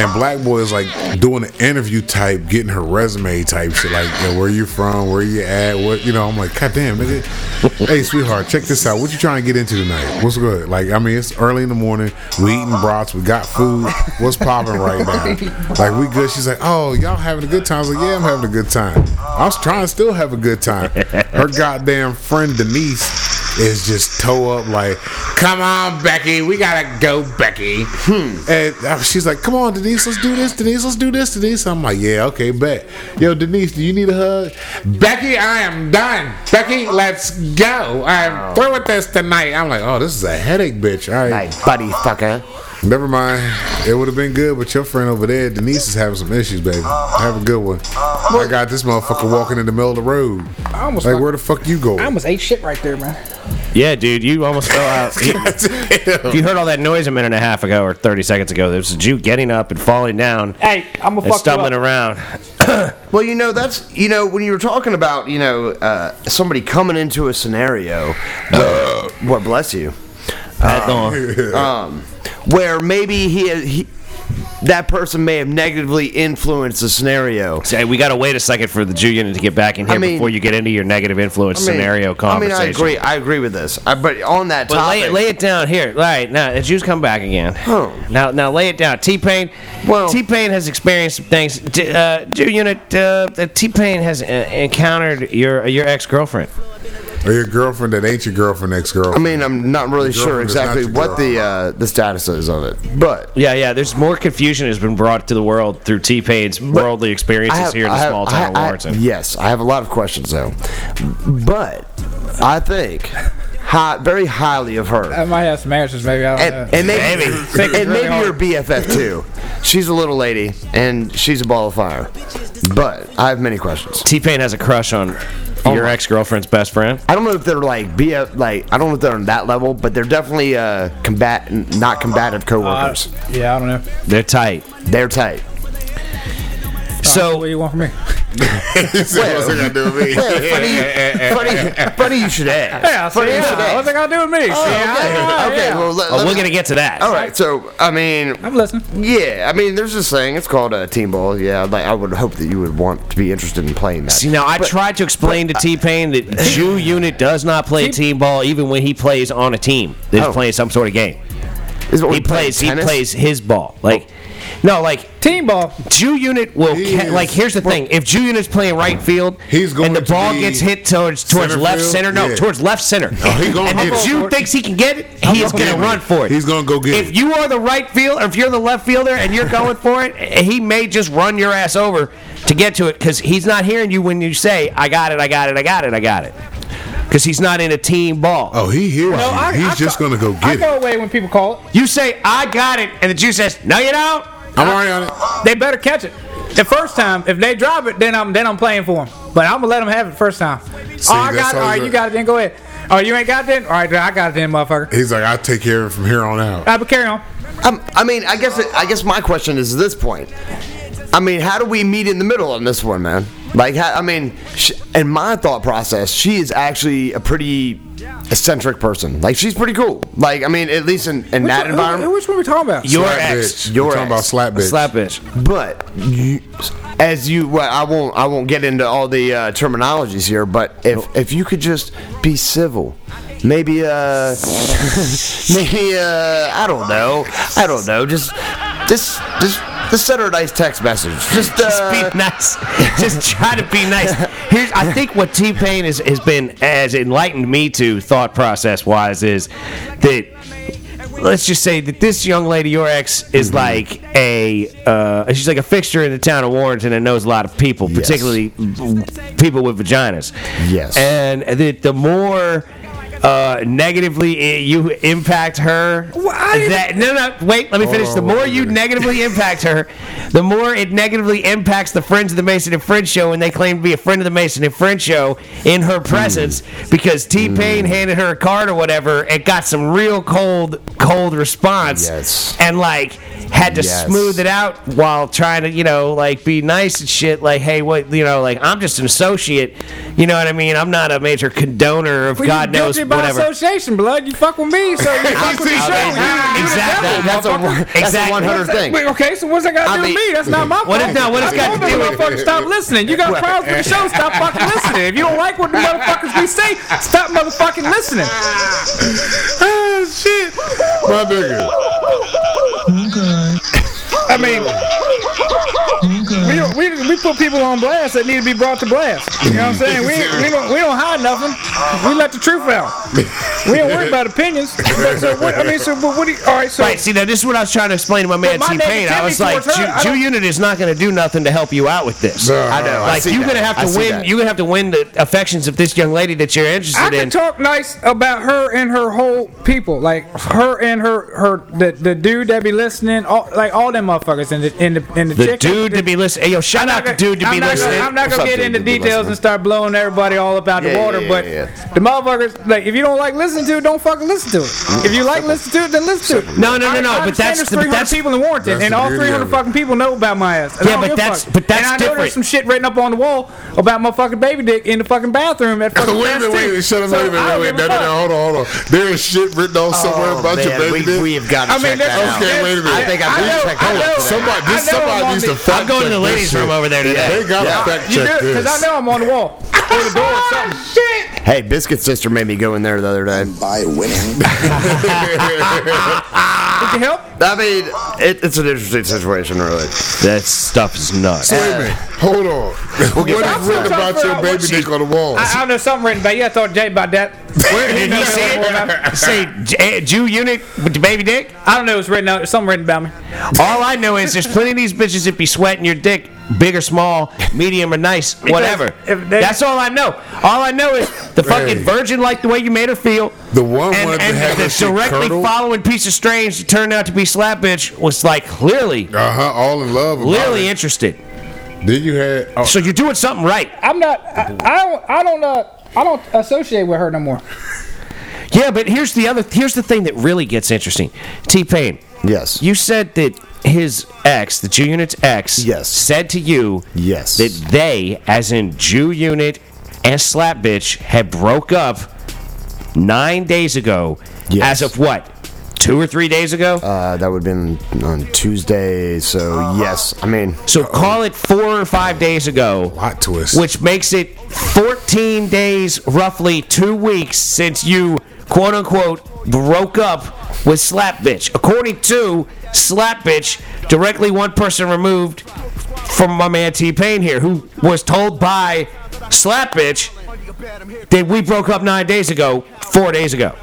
S3: And Black Boy is like doing an interview type, getting her resume type shit, like you know, where you from, where you at, what you know. I'm like, God damn, nigga. hey, sweetheart, check this out. What you trying to get into tonight? What's good? Like, I mean, it's early in the morning. We eating brats. We got food. What's popping right now? Like, we good. She's like, oh, y'all having a good time? I was like, yeah, I'm having a good time. I was trying to still have a good time. Her goddamn friend Denise is just toe up like, come on, Becky, we gotta go, Becky. And uh, she's like, come on, Denise, let's do this, Denise, let's do this, Denise. I'm like, yeah, okay, bet. Yo, Denise, do you need a hug? Becky, I am done. Becky, let's go. I'm through with this tonight. I'm like, oh, this is a headache, bitch. All right,
S1: buddy fucker.
S3: never mind. It would have been good, but your friend over there, Denise, is having some issues, baby. Have a good one. I got this motherfucker walking in the middle of the road.
S5: I almost
S3: Like,
S5: fuck-
S3: where the fuck you going?
S5: I almost ate shit right there, man.
S1: Yeah, dude, you almost fell out. You,
S3: [laughs]
S1: you heard all that noise a minute and a half ago or 30 seconds ago. There was a Jew getting up and falling down
S5: Hey, I'm gonna
S1: and
S5: fuck
S1: stumbling
S5: you up.
S1: around.
S2: Well, you know, that's, you know, when you were talking about, you know, uh, somebody coming into a scenario, [sighs] uh, what, bless you, um, where maybe he, he, that person may have negatively influenced the scenario.
S1: Say, we got to wait a second for the Jew unit to get back in here
S2: I mean-
S1: before you get into your negative influence
S2: I mean-
S1: scenario conversation.
S2: I mean, I agree. I agree with this. I, but on that
S7: But lay,
S2: topic,
S7: it- lay it down here. All right, now the Jews come back again.
S2: Oh.
S7: Now, now lay it down. T Pain.
S2: Well-
S7: T Pain has experienced some things. T- uh, Jew unit. Uh, T Pain has uh, encountered
S1: uh,
S7: your your ex girlfriend.
S3: Or your girlfriend that ain't your girlfriend, ex girlfriend.
S2: I
S3: [laughs]
S2: mean, I'm not really sure
S3: girlfriend is not
S2: exactly
S3: your
S2: what the uh, the status is of it, but
S1: Yeah, yeah. There's more confusion has been brought to the world through T Pain's worldly experiences here in the small town of
S2: I- I-
S1: Warrenton.
S2: yes, I have a lot of questions though, but I think high, very highly of her.
S5: I might have some answers, maybe. I
S2: and,
S5: don't know.
S2: and maybe,
S5: Maybe. Think it's
S2: and
S5: really
S2: maybe
S5: hard.
S2: your BFF too. She's a little lady, and she's a ball of fire. But I have many questions.
S1: T Pain has a crush on
S2: Oh
S1: your ex girlfriend's best friend.
S2: I don't know if they're like BF, like I don't know if they're on that level, but they're definitely uh, combat, not combative coworkers.
S5: yeah, I don't know.
S1: They're tight.
S2: they're tight.
S5: So, what do you want from me?
S3: What's that got to do with me?
S2: [laughs] funny, funny, funny you should ask.
S5: [laughs] Yeah, so
S2: funny you should
S5: yeah,
S2: ask.
S5: what's it gonna do Uh. with me? See,
S2: okay,
S5: I-
S2: okay,
S5: yeah.
S2: well, let,
S1: Oh, we're
S2: let's-
S1: gonna get to that.
S2: all right, so I mean,
S5: I'm listening.
S2: yeah, I mean, there's this thing. It's called uh, team ball. Yeah, like I would hope that you would want to be interested in playing that.
S1: See, now I tried to explain
S2: uh,
S1: to T Pain
S2: [laughs]
S1: that Jew Unit does not play team ball even when he plays on a team. They're
S2: Oh.
S1: playing some sort of game.
S2: Is what
S1: He
S2: we play,
S1: plays. He
S2: tennis?
S1: plays his ball. Like, no, like
S5: Team ball.
S1: Jew Unit will.
S3: He
S1: Ca- like,
S3: is-
S1: here's the thing: if Jew Unit's playing right field,
S3: He's going
S1: and the
S3: to
S1: ball
S3: be
S1: gets hit towards towards
S3: center
S1: left
S3: field?
S1: center. No,
S3: Yeah.
S1: towards left center.
S3: he gonna
S1: and
S3: get
S1: if
S3: it.
S1: Jew thinks he can get it, he's
S3: gonna
S1: gonna
S3: get it.
S1: run for it.
S3: He's gonna go get
S1: if
S3: it.
S1: If you are the right field, or if you're the left fielder and you're going for it, eh, he may just run your ass over to get to it because he's not hearing you when you say, "I got it, I got it, I got it, I got it," because he's not in a team ball.
S3: Oh, he hears you. He's just
S5: ca-
S3: gonna go
S5: I
S3: get
S5: go
S3: it.
S5: away when people call it.
S1: You say, "I got it," and the Jew says, "No, you don't."
S3: I'm already on it.
S5: They better catch it. The first time, if they drop it, then I'm then I'm playing for them. But I'm gonna let them have it first time. oh, I
S3: that's
S5: got it.
S3: how
S5: All right,
S3: you-
S5: you got it. Then go ahead. Oh, you ain't got it. Then all right, then I got it. Then motherfucker.
S3: He's like, I'll take care of it from here on out.
S5: I but carry on.
S2: Um, I mean, I guess. It, I guess my question is at this point. I mean, how do we meet in the middle on this one, man? Like, how, I mean, sh in my thought process, she is actually a pretty eccentric person. Like, she's pretty cool. Like, I mean, at least in, in that
S5: Which-
S2: environment.
S5: Who, which one we talking about?
S1: Your
S3: Slap
S1: ex,
S3: bitch.
S2: your
S3: We're
S2: ex.
S3: talking about slap bitch.
S1: slap bitch.
S2: But you, as you, well, I won't, I won't get into all the uh, terminologies here. But if if you could just be civil, maybe, uh, [laughs] maybe, uh, I don't know, I don't know, just, just, just, just send her a nice text message. Just, uh,
S7: Be nice.
S1: [laughs]
S7: Just try to be nice.
S1: Here's, I think what T Pain has, has been as enlightened me to thought process wise is that let's just say that this young lady, your ex, is like a uh, she's like a fixture in the town of Warrenton and knows a lot of people, particularly people with vaginas.
S2: Yes.
S1: and that the more uh, negatively i- you impact her.
S5: Well, I didn't-
S1: that, no, no, wait, let me finish. The more
S2: Oh.
S1: you negatively impact her, the more it negatively impacts the friends of the Mason and Friend show, and they claim to be a friend of the Mason and Friend show in her presence
S2: Mm.
S1: because T Pain handed her a card or whatever and got some real cold, cold response.
S2: Yes.
S1: And like had to
S2: Yes.
S1: smooth it out while trying to, you know, like be nice and shit. Like, hey, what, you know, like I'm just an associate. You know what I mean? I'm not a major condoner of
S5: Well,
S1: God
S5: you
S1: knows
S5: guilty by
S1: whatever.
S5: association, blood. You fuck with me, so you fuck with the show. You- you the devil,
S1: Exactly.
S2: That's a,
S5: motherfucker.
S2: that's
S1: Exactly.
S2: a 100 thing.
S5: Wait, okay, so what's that got
S2: I
S5: to do with
S2: mean-
S5: me? That's not my fault.
S1: What if- no, what it's
S5: I
S1: got to do
S5: told the
S1: with-
S5: motherfucker, stop listening. You got problems with the show, stop fucking listening. If you don't like what the motherfuckers we say, stop motherfucking listening.
S3: Ah, shit. My nigga.
S5: I mean, we, we, we put people on blast that need to be brought to blast. You know what I'm saying? We, we, don't, we don't hide nothing. We let the truth out. We don't worry about opinions. So, so what, I mean, so but what do you, all right, so.
S1: Right, see now this is what I was trying to explain to my man
S5: But my
S1: T Pain. I
S5: negativity
S1: was like,
S5: towards her, I
S1: Jew
S5: don't-
S1: Unit is not going to do nothing to help you out with this.
S2: I know. I
S1: Like
S2: see
S1: you're
S2: that.
S1: gonna have
S2: I
S1: to
S2: see
S1: win.
S2: that.
S1: You're gonna have to win the affections of this young lady that you're interested
S5: I
S1: in.
S5: can talk nice about her and her whole people, like her and her her the, the dude that be listening, all, like all them motherfuckers and the and the, and the,
S1: the
S5: chick-
S1: dude to be listening. Hey, yo, shout
S5: I'm
S1: out to
S5: not
S1: dude to
S5: gonna-
S1: be
S5: I'm not
S1: listening.
S5: Gonna, I'm not
S2: What's
S5: gonna
S2: up,
S5: get
S2: dude
S5: into
S2: to be
S5: details
S2: listening?
S5: and start blowing everybody all about
S2: Yeah,
S5: the
S2: yeah,
S5: water,
S2: yeah,
S5: but
S2: yeah.
S5: the motherfuckers, like, if you don't like listening to it, don't fucking listen to it. If you like listening to it, then listen to it.
S1: No, no, no,
S5: I-
S1: no,
S5: I
S1: but that's
S5: understand there's
S1: the-
S5: 300
S1: that's-
S5: people in Warrington,
S3: That's
S5: and
S3: the
S5: all
S3: beauty
S5: 300
S3: of it.
S5: fucking people know about my ass. and
S1: Yeah,
S5: I don't
S1: but
S5: give a
S1: that's-
S5: fuck.
S1: but that's
S5: and I know
S1: different.
S5: there's some shit written up on the wall about my fucking baby dick in the fucking bathroom at fucking
S3: [laughs] [laughs] Wait a minute, wait a minute, shut up,
S5: So
S3: wait a
S5: I
S3: minute,
S5: don't
S3: wait,
S5: give
S3: no,
S5: a
S3: no,
S5: fuck.
S3: no, hold on, hold on. There is shit written on somewhere about your
S2: Oh, man,
S3: baby dick.
S2: we, we have got to
S5: I mean,
S2: check
S5: there's-
S2: that out.
S3: Okay, wait a minute.
S2: I think I
S5: I
S2: do
S5: know-
S2: check
S5: I
S2: that
S5: know-
S2: out.
S3: Somebody, this
S5: I know I'm
S3: somebody
S5: on
S3: needs
S5: the-
S3: to fact
S1: I'm going to
S3: check
S1: the
S3: this
S1: ladies'
S3: shit.
S1: room over there
S3: They
S1: today.
S3: gotta
S2: Yeah.
S3: fact
S5: You do
S3: check
S5: it,
S3: this.
S5: because I know I'm on the
S1: [laughs]
S5: wall. Or the door
S1: Ah,
S5: or something.
S2: Hey, Biscuit Sister made me go in there the other day.
S8: by winning.
S5: Did you help?
S2: I mean, it, it's an interesting situation, really.
S4: That stuff is nuts.
S3: So wait a minute, hold on. What is
S5: I'm still
S3: written
S5: trying to
S3: about
S5: figure
S3: your
S5: out
S3: baby
S5: what she-
S3: dick on the wall?
S5: I, I don't know something written about you. I talked to Jay about that. [laughs]
S1: Did you see it? Say J- eh, Jew Unit with the baby dick.
S5: I don't know what's written out. Something written about me.
S1: All I know is there's plenty of these bitches that be sweating your dick, big or small, medium or nice, whatever.
S5: if they-
S1: That's all I know. All I know is the fucking
S3: Hey.
S1: virgin liked the way you made her feel.
S3: The one
S1: and,
S3: wanted to
S1: and
S3: have
S1: the
S3: her shit
S1: directly
S3: curdled.
S1: following piece of strange that turned out to be slap bitch was like clearly,
S3: Uh huh. All in love. About
S1: clearly
S3: it.
S1: interested.
S3: Then you had. Oh,
S1: So you're doing something right.
S5: I'm not. I, I don't. I don't. Uh, I don't associate with her no more.
S1: Yeah, but here's the other. Here's the thing that really gets interesting. T Pain.
S2: Yes.
S1: You said that his ex, the Jew Unit's ex,
S2: Yes.
S1: said to you,
S2: Yes.
S1: that they, as in Jew Unit and Slap Bitch, had broke up nine days ago.
S2: Yes.
S1: As of what? Two or three days ago.
S2: Uh, that would have been on Tuesday, so yes. I mean,
S1: so call it four or five days ago.
S3: plot twist.
S1: which makes it 14 days, roughly two weeks, since you quote unquote broke up with Slap Bitch. According to Slap Bitch, directly one person removed from my man T Pain here, who was told by Slap Bitch that we broke up nine days ago, four days ago.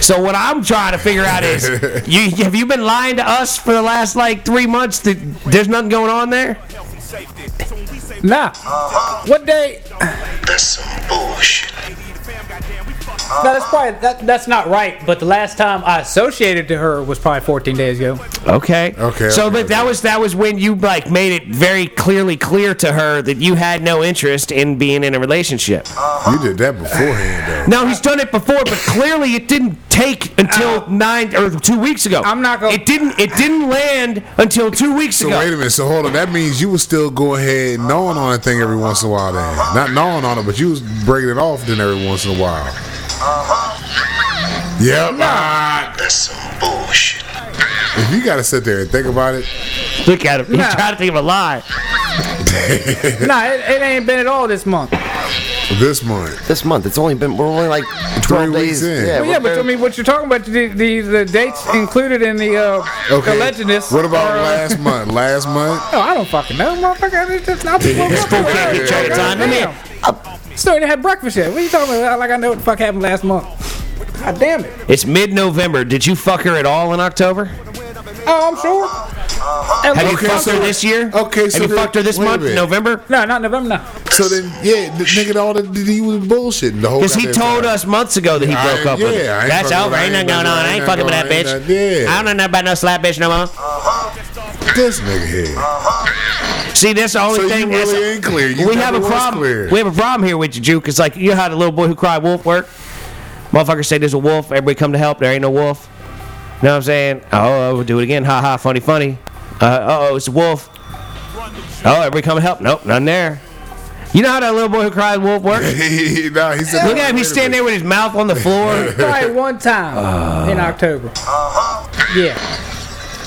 S1: So what I'm trying to figure out is, you, have you been lying to us for the last like three months? That there's nothing going on there.
S5: Nah. What day?
S8: That's some bullshit.
S5: No, that's probably that, That's not right. But the last time I associated to her was probably 14 days ago.
S1: Okay.
S3: Okay,
S1: So,
S3: okay,
S1: but that
S3: okay.
S1: was that was when you like made it very clearly clear to her that you had no interest in being in a relationship.
S3: you did that beforehand,
S1: Now he's done it before, but clearly it didn't take until nine or two weeks ago.
S5: I'm not gonna-
S1: It didn't. It didn't land until two weeks
S3: though. So
S1: ago.
S3: wait a minute. So hold on. That means you would still go ahead gnawing on a thing every once in a while. Then not gnawing on it, but you was breaking it off then every once in a while. Yep. ah,
S8: Uh-huh. That's some bullshit.
S3: if you gotta sit there and think about it,
S1: Look at him. He's
S5: Nah.
S1: trying to think of a lie.
S5: nah, it, it ain't been at all this month.
S3: [laughs] this month.
S2: this month it's only been we're only like twelve
S3: Three weeks
S2: days. Yeah,
S3: in.
S5: Well,
S2: we're
S5: yeah, but I
S2: good.
S5: mean, what you're talking about the the, the dates included in the uh, the legend is-
S3: What about
S5: are, uh,
S3: last month? Last month.
S5: [laughs] No, I don't fucking know, motherfucker. I just
S3: [laughs]
S5: not
S1: can't get your time. Let me-
S5: Still didn't have breakfast yet. What are you talking about? Like I know what the fuck happened last month. God damn it.
S1: It's mid-November. Did you fuck her at all in October?
S5: Oh, I'm sure.
S3: Uh-huh.
S5: And
S1: Have
S5: we
S1: you
S5: fucked
S1: fucked her this year?
S3: Okay, so
S1: Have you
S3: then-
S1: fucked her this
S3: wait a
S1: month,
S3: minute.
S1: November?
S5: No, not November.
S3: [laughs]
S5: No.
S3: So then, yeah, the nigga, all that he was bullshitting the whole.
S1: Because he
S3: goddamn
S1: told
S3: time.
S1: us months ago that he
S3: I-
S1: broke up with
S3: yeah, I
S1: her.
S3: ain't
S1: That's
S3: fucking
S1: over.
S3: with- I
S1: Ain't nothing
S3: ain't
S1: going on.
S3: fucking-
S1: I
S3: I
S1: ain't
S3: ain't
S1: fucking with that
S3: fucking-
S1: bitch.
S3: I ain't not- yeah.
S1: I don't know nothing about no slap bitch no more.
S3: this nigga here.
S1: See, that's the only
S3: So
S1: thing.
S3: you
S1: that's-
S3: really ain't clear. You
S1: we have
S3: never
S1: a
S3: was
S1: problem.
S3: clear.
S1: We have a problem here with you, Juke. It's like you know how the little boy who cried wolf work. Motherfuckers say there's a wolf. Everybody come to help. There ain't no wolf. You know what I'm saying? Oh, oh, we'll do it again. Ha ha, funny, funny. Uh oh, it's a wolf. Oh, everybody come and help. Nope, none there. You know how that little boy who cried wolf
S3: [laughs]
S1: work?
S3: nah, he said,
S1: Look at him.
S3: "Wait
S1: He's
S3: a
S1: standing
S3: minute."
S1: there with his mouth on the floor.
S3: [laughs]
S5: Probably one time in
S3: Uh-huh.
S5: October. Yeah.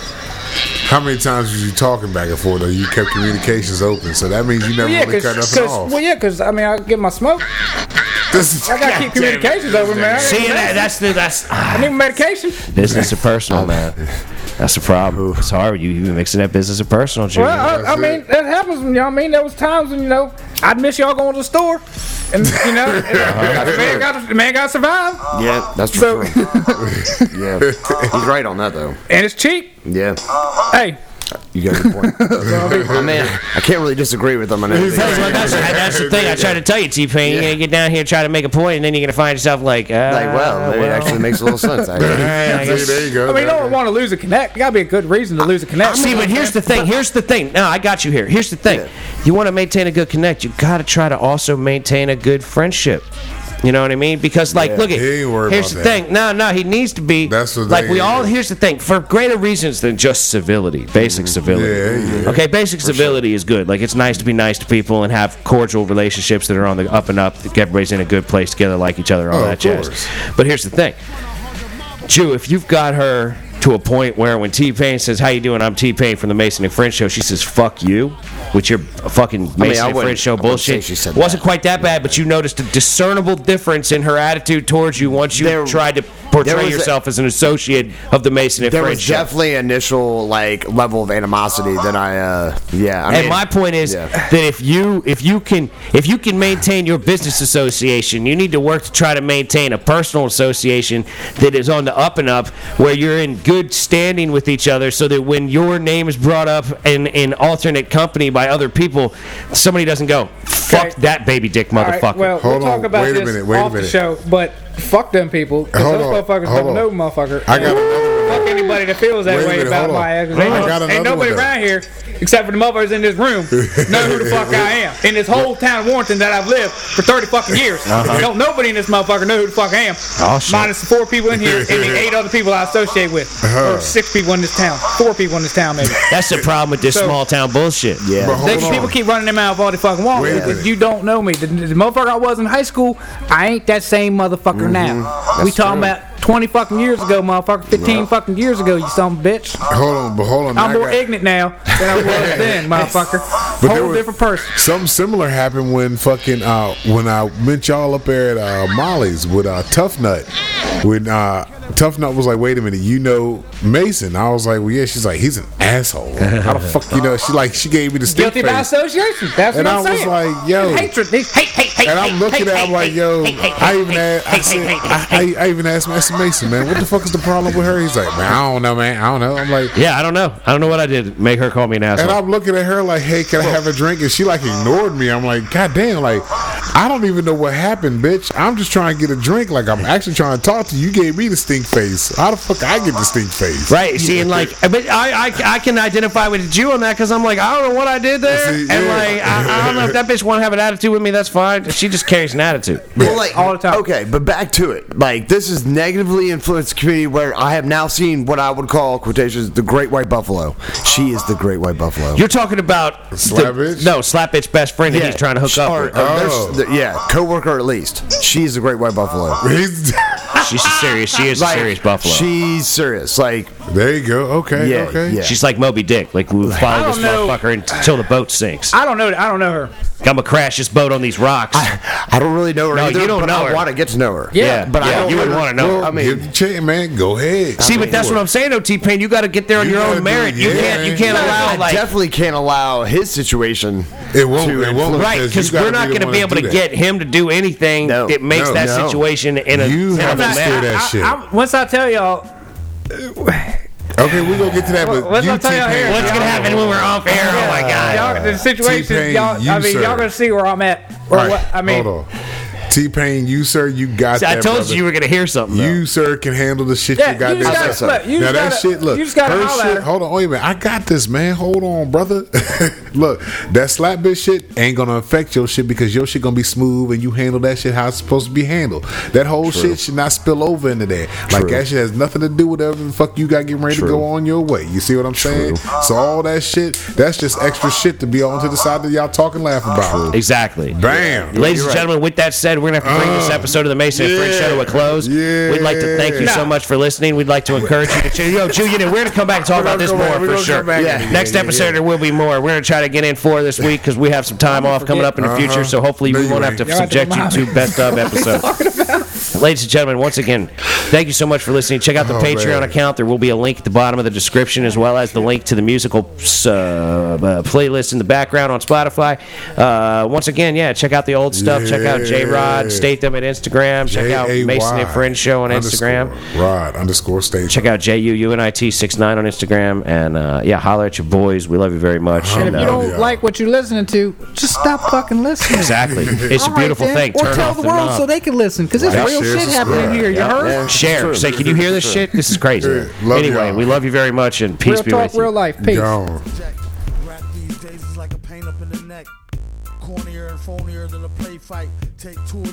S3: How many times was you talking back and forth? Though you kept communications open, so that means you never
S5: Well, yeah,
S3: really
S5: cause,
S3: cut up and
S5: 'cause-
S3: off.
S5: well, yeah, cause I mean, I get my smoke.
S3: This is-
S5: I
S3: [laughs]
S5: gotta
S3: God
S5: keep
S3: damn it.
S5: communications over, man. I
S1: See,
S5: need-
S1: that, that's the that's
S5: I need medication.
S4: Business or personal, man. That's the problem. It's hard. You, you've been mixing up business and personal, Junior.
S1: uh,
S5: Well, I, I
S3: That's
S5: mean,
S3: it.
S5: that happens. You know, what I mean, there was times when you know I'd miss y'all going to the store, and
S3: [laughs]
S5: you know, the man got the man got to survive,
S2: Yeah, that's for
S5: So-
S2: sure. [laughs] yeah, he's right on that though.
S5: and it's cheap.
S2: Yeah,
S3: Uh-huh.
S5: Hey,
S2: you got a good [laughs] point. I mean, I can't really disagree with him on anything.
S1: That's, what- that's- that's the thing I try to tell you, T Pain. You're gonna get down here, try to make a point, and then you're gonna find yourself like, uh,
S2: Like, well, it actually makes a little sense. [laughs]
S1: all
S2: Actually.
S1: right, I
S3: [laughs] See,
S1: guess-
S3: there you go.
S5: I mean, you don't want to lose a connect. You gotta be a good reason to lose a connect.
S1: See, but here's the thing. Here's the thing. No, I got you here. Here's the thing. You want to maintain a good connect, you got to try to also maintain a good friendship. You know what I mean? Because like, look at
S3: He ain't worried
S1: here's
S3: about
S1: the
S3: that.
S1: thing. No, no, he needs to be.
S3: That's the
S1: like we
S3: thing,
S1: all.
S3: yeah.
S1: Here's the thing. For greater reasons than just civility, basic civility.
S3: Mm. Yeah, yeah.
S1: Okay, basic civility is good. Like it's nice to be nice to people and have cordial relationships that are on the up and up. that Everybody's in a good place together, like each other, all
S3: Oh,
S1: that
S3: of
S1: jazz.
S3: course.
S1: But here's the thing. Jew, if you've got her to a point where when T Pain says, "How you doing?" I'm T Pain from the Mason and French show. She says, "Fuck you," with your fucking Mason
S2: I
S1: and
S2: wouldn't-
S1: French show
S2: I wouldn't say
S1: bullshit.
S2: she said
S1: wasn't
S2: that.
S1: quite that bad, but you noticed a discernible difference in her attitude towards you once you tried to portray
S2: was a-
S1: yourself as an associate of the Mason and
S2: There
S1: French
S2: was
S1: show.
S2: definitely initial like level of animosity that I, uh, yeah. I
S1: and
S2: mean,
S1: my point is
S2: yeah.
S1: that if you if you can if you can maintain your business association, you need to work to try to maintain a personal association that is on the up and up, where you're in good standing with each other, so that when your name is brought up in in alternate company by other people, somebody doesn't go fuck
S5: Okay.
S1: that baby dick
S5: All right,
S1: motherfucker.
S5: well,
S3: Hold
S5: we'll
S3: on,
S5: talk about
S3: wait a
S5: this
S3: minute, wait a
S5: off the
S3: minute.
S5: show, but fuck them people. 'cause
S3: Hold
S5: those
S3: on,
S5: motherfuckers
S3: hold
S5: don't
S3: on.
S5: know motherfucker.
S3: I got another one.
S5: fuck anybody that feels
S3: Wait
S5: that
S3: a
S5: way
S3: minute,
S5: about
S3: hold on.
S5: my ass. 'cause
S3: I
S5: Ain't,
S3: got
S5: ain't
S3: another
S5: nobody
S3: one, though.
S5: around here except for the motherfuckers in this room know who the fuck I am. In
S3: [laughs]
S5: this whole town of Warrenton that I've lived for 30 fucking years.
S3: Uh-huh.
S5: Don't nobody in this motherfucker know who the fuck I am.
S1: Oh, shit.
S5: Minus the four people in here
S3: [laughs]
S5: and the eight other people I associate with.
S3: Uh-huh.
S5: Or six people in this town. Four people in this town, maybe.
S1: That's the problem with this
S5: So-
S1: small town bullshit. Yeah.
S3: But
S5: They,
S3: hold on.
S5: people keep running them out of all they fucking want.
S3: Wait a
S5: If
S3: minute.
S5: you don't know me, the, the motherfucker I was in high school, I ain't that same motherfucker
S3: Mm-hmm.
S5: now. we talking about 20 fucking years ago, motherfucker. 15 fucking years ago, you son of a bitch.
S3: hold on, but hold on.
S5: I'm
S3: I
S5: more
S3: got-
S5: ignorant now than
S3: [laughs]
S5: I was then, motherfucker.
S3: But there
S5: Whole
S3: was-
S5: different person.
S3: Something similar happened when fucking uh, when I met y'all up there at uh, Molly's with uh, Tough Nut. When uh, Tough Nut was like, "Wait a minute, you know Mason?" I was like, "Well, yeah." She's like, "He's an asshole." How the fuck you know? She like she gave me the stick
S5: Guilty by
S3: face,
S5: association. That's
S3: and
S5: what
S3: I
S5: I'm
S3: was
S5: saying.
S3: like, "Yo."
S5: Hatred. They hate, hate, hate.
S3: And I'm looking at it, I'm like, yo, I even asked, I, said, I, I, I even asked Master Mason, man, what the fuck is the problem with her? He's like, man, I don't know, man, I don't know. I'm like,
S1: I don't know. I don't know what I did. Make her call me an asshole.
S3: and I'm looking at her like, hey, can I have a drink? And she like ignored me. I'm like, god damn, like, I don't even know what happened, bitch. I'm just trying to get a drink. Like, I'm actually trying to talk to you. You gave me the stink face. How the fuck I get the stink face?
S1: Right, see, and like, but I, I, I can identify with you on that because I'm like, I don't know what I did there,
S3: See,
S1: and
S3: yeah.
S1: like, I, I don't know if that bitch want to have an attitude with me. That's fine. She just carries an attitude.
S2: Well, like,
S5: All the time.
S2: Okay, but back to it. Like this is negatively influenced community where I have now seen what I would call quotations the great white buffalo. She is the great white buffalo.
S1: You're talking about
S3: Slap
S1: the-
S3: bitch?
S1: No, slap bitch best friend that he's trying to hook up.
S2: Or,
S1: with.
S2: uh, there's-
S3: Oh.
S2: the- yeah, coworker at least. She's the great white buffalo.
S3: He's- [laughs]
S1: She's a serious. She is a
S2: Like,
S1: serious buffalo.
S2: She's serious. Like
S3: there you go. Okay,
S2: Yeah,
S3: okay.
S2: yeah.
S1: She's like Moby Dick. Like we'll follow
S5: I
S1: this
S5: don't know.
S1: motherfucker until the boat sinks.
S5: I don't know. I don't know her.
S1: I'm gonna crash this boat on these rocks.
S2: I don't really know her.
S1: No,
S2: either,
S1: you don't
S2: but
S1: know
S2: I
S1: her.
S2: want to get to know her.
S5: Yeah,
S1: but
S2: I don't
S1: you wouldn't
S2: really-
S1: want to know.
S2: Well, I
S3: I
S2: mean-
S3: mean, give it a chance, man. Go ahead.
S1: See, but that's what I'm saying, though, T Pain. You got to get there on
S3: You
S1: your
S3: gotta
S1: own
S3: do-
S1: merit. You
S3: yeah,
S1: can't. You
S3: man.
S1: can't
S3: Yeah,
S1: allow
S2: I
S1: like
S2: definitely can't allow his situation.
S3: It won't-
S2: to
S3: it won't
S2: influence-
S1: Right, because
S3: you
S1: we're
S3: gotta
S1: not
S3: be the
S1: going to
S3: one
S1: be
S3: to
S1: able to
S3: do that.
S1: get him to do anything
S2: No.
S1: that makes
S3: No.
S1: that
S3: No.
S1: situation in a.
S3: You
S1: in a
S3: have to
S1: ma-
S3: steer that shit.
S5: I'm, once I tell y'all,
S3: Okay, we gonna get to that, but
S5: Well, let's
S3: you
S5: not tell y'all here.
S3: T-Pain-
S1: What's gonna happen when we're off air? Oh my god.
S5: uh, Y'all, the situation,
S3: T-Pain,
S5: y'all.
S3: you,
S5: I mean,
S3: sir.
S5: y'all gonna see where I'm at. Or
S3: All right,
S5: what, I mean,
S3: hold on. T Pain, you sir, you got.
S1: See, I
S3: that,
S1: told
S3: brother.
S1: you you were gonna hear something. though.
S3: You sir can handle the shit
S5: Yeah,
S3: you
S5: you
S3: got.
S5: just
S2: gotta- look,
S3: now
S5: you just
S3: that
S5: gotta-
S3: shit, look,
S5: you just gotta
S3: her
S5: holler at
S3: shit.
S5: her.
S3: Hold on, wait a minute. I got this, man. Hold on, brother. [laughs] look, that slap bitch shit ain't gonna affect your shit because your shit gonna be smooth and you handle that shit how it's supposed to be handled. That whole shit should not spill over into that. Like
S2: True.
S3: that shit has nothing to do with whatever the fuck you got getting ready
S2: True.
S3: to go on your way. You see what I'm saying? So all that shit, that's just extra shit to be on to the side that y'all talk and laugh about.
S1: Exactly.
S3: Bam. Uh,
S1: Ladies and gentlemen, with that said, we're going to have to bring this episode of the Mason and Frank Show to a close.
S3: yeah.
S1: We'd like to thank you so
S5: Nah.
S1: much for listening. We'd like to encourage you to tune Yo, tune in. We're going to come back and talk about this
S3: gonna
S1: more
S3: go back. We're
S1: for
S3: gonna
S1: sure.
S3: come back. Yeah.
S1: Next
S3: Yeah, yeah,
S1: episode,
S3: yeah.
S1: there will be more. We're going to try to get in four this week because we have some time off coming up in the future. So hopefully,
S3: No,
S1: we
S3: you
S1: won't have to
S3: ain't.
S5: Y'all have to
S1: subject you
S5: remind
S1: to best
S5: [laughs]
S1: of episodes. Ladies and gentlemen, once again, thank you so much for listening. Check out the
S3: Oh,
S1: Patreon
S3: man.
S1: account. There will be a link at the bottom of the description, as well as the link to the musical uh, uh, playlist in the background on Spotify. Uh, once again, yeah, check out the old stuff. Check out J Rod,
S3: Yeah.
S1: state them at Instagram. Check out
S3: J A Y
S1: Mason and Friend Show on
S3: underscore
S1: Instagram.
S3: Rod underscore station. [laughs]
S1: Check out JUUNIT69 on Instagram. And uh, yeah, holler at your boys. We love you very much. And,
S5: And if
S1: uh,
S5: you don't
S3: Yeah.
S5: like what you're listening to, just stop fucking listening.
S1: exactly. [laughs] It's
S5: All
S1: a
S5: right,
S1: beautiful
S5: then.
S1: thing.
S5: or
S1: Turn
S5: tell
S1: off
S5: the
S1: the
S5: world
S1: knob.
S5: so they can listen, because there's
S3: Right.
S5: real
S3: Share,
S5: shit happening
S3: subscribe.
S5: here. You heard?
S1: Share. Say, can you hear this shit? This is crazy.
S3: Yeah, love
S1: anyway,
S3: y'all.
S1: we love you very much and peace
S5: Real
S1: be
S5: talk,
S1: with you.
S5: real life. Peace.
S3: Gone.
S9: Jack. Rap these days is like a pain up in the neck. Cornier and phonier than a play fight. Take two.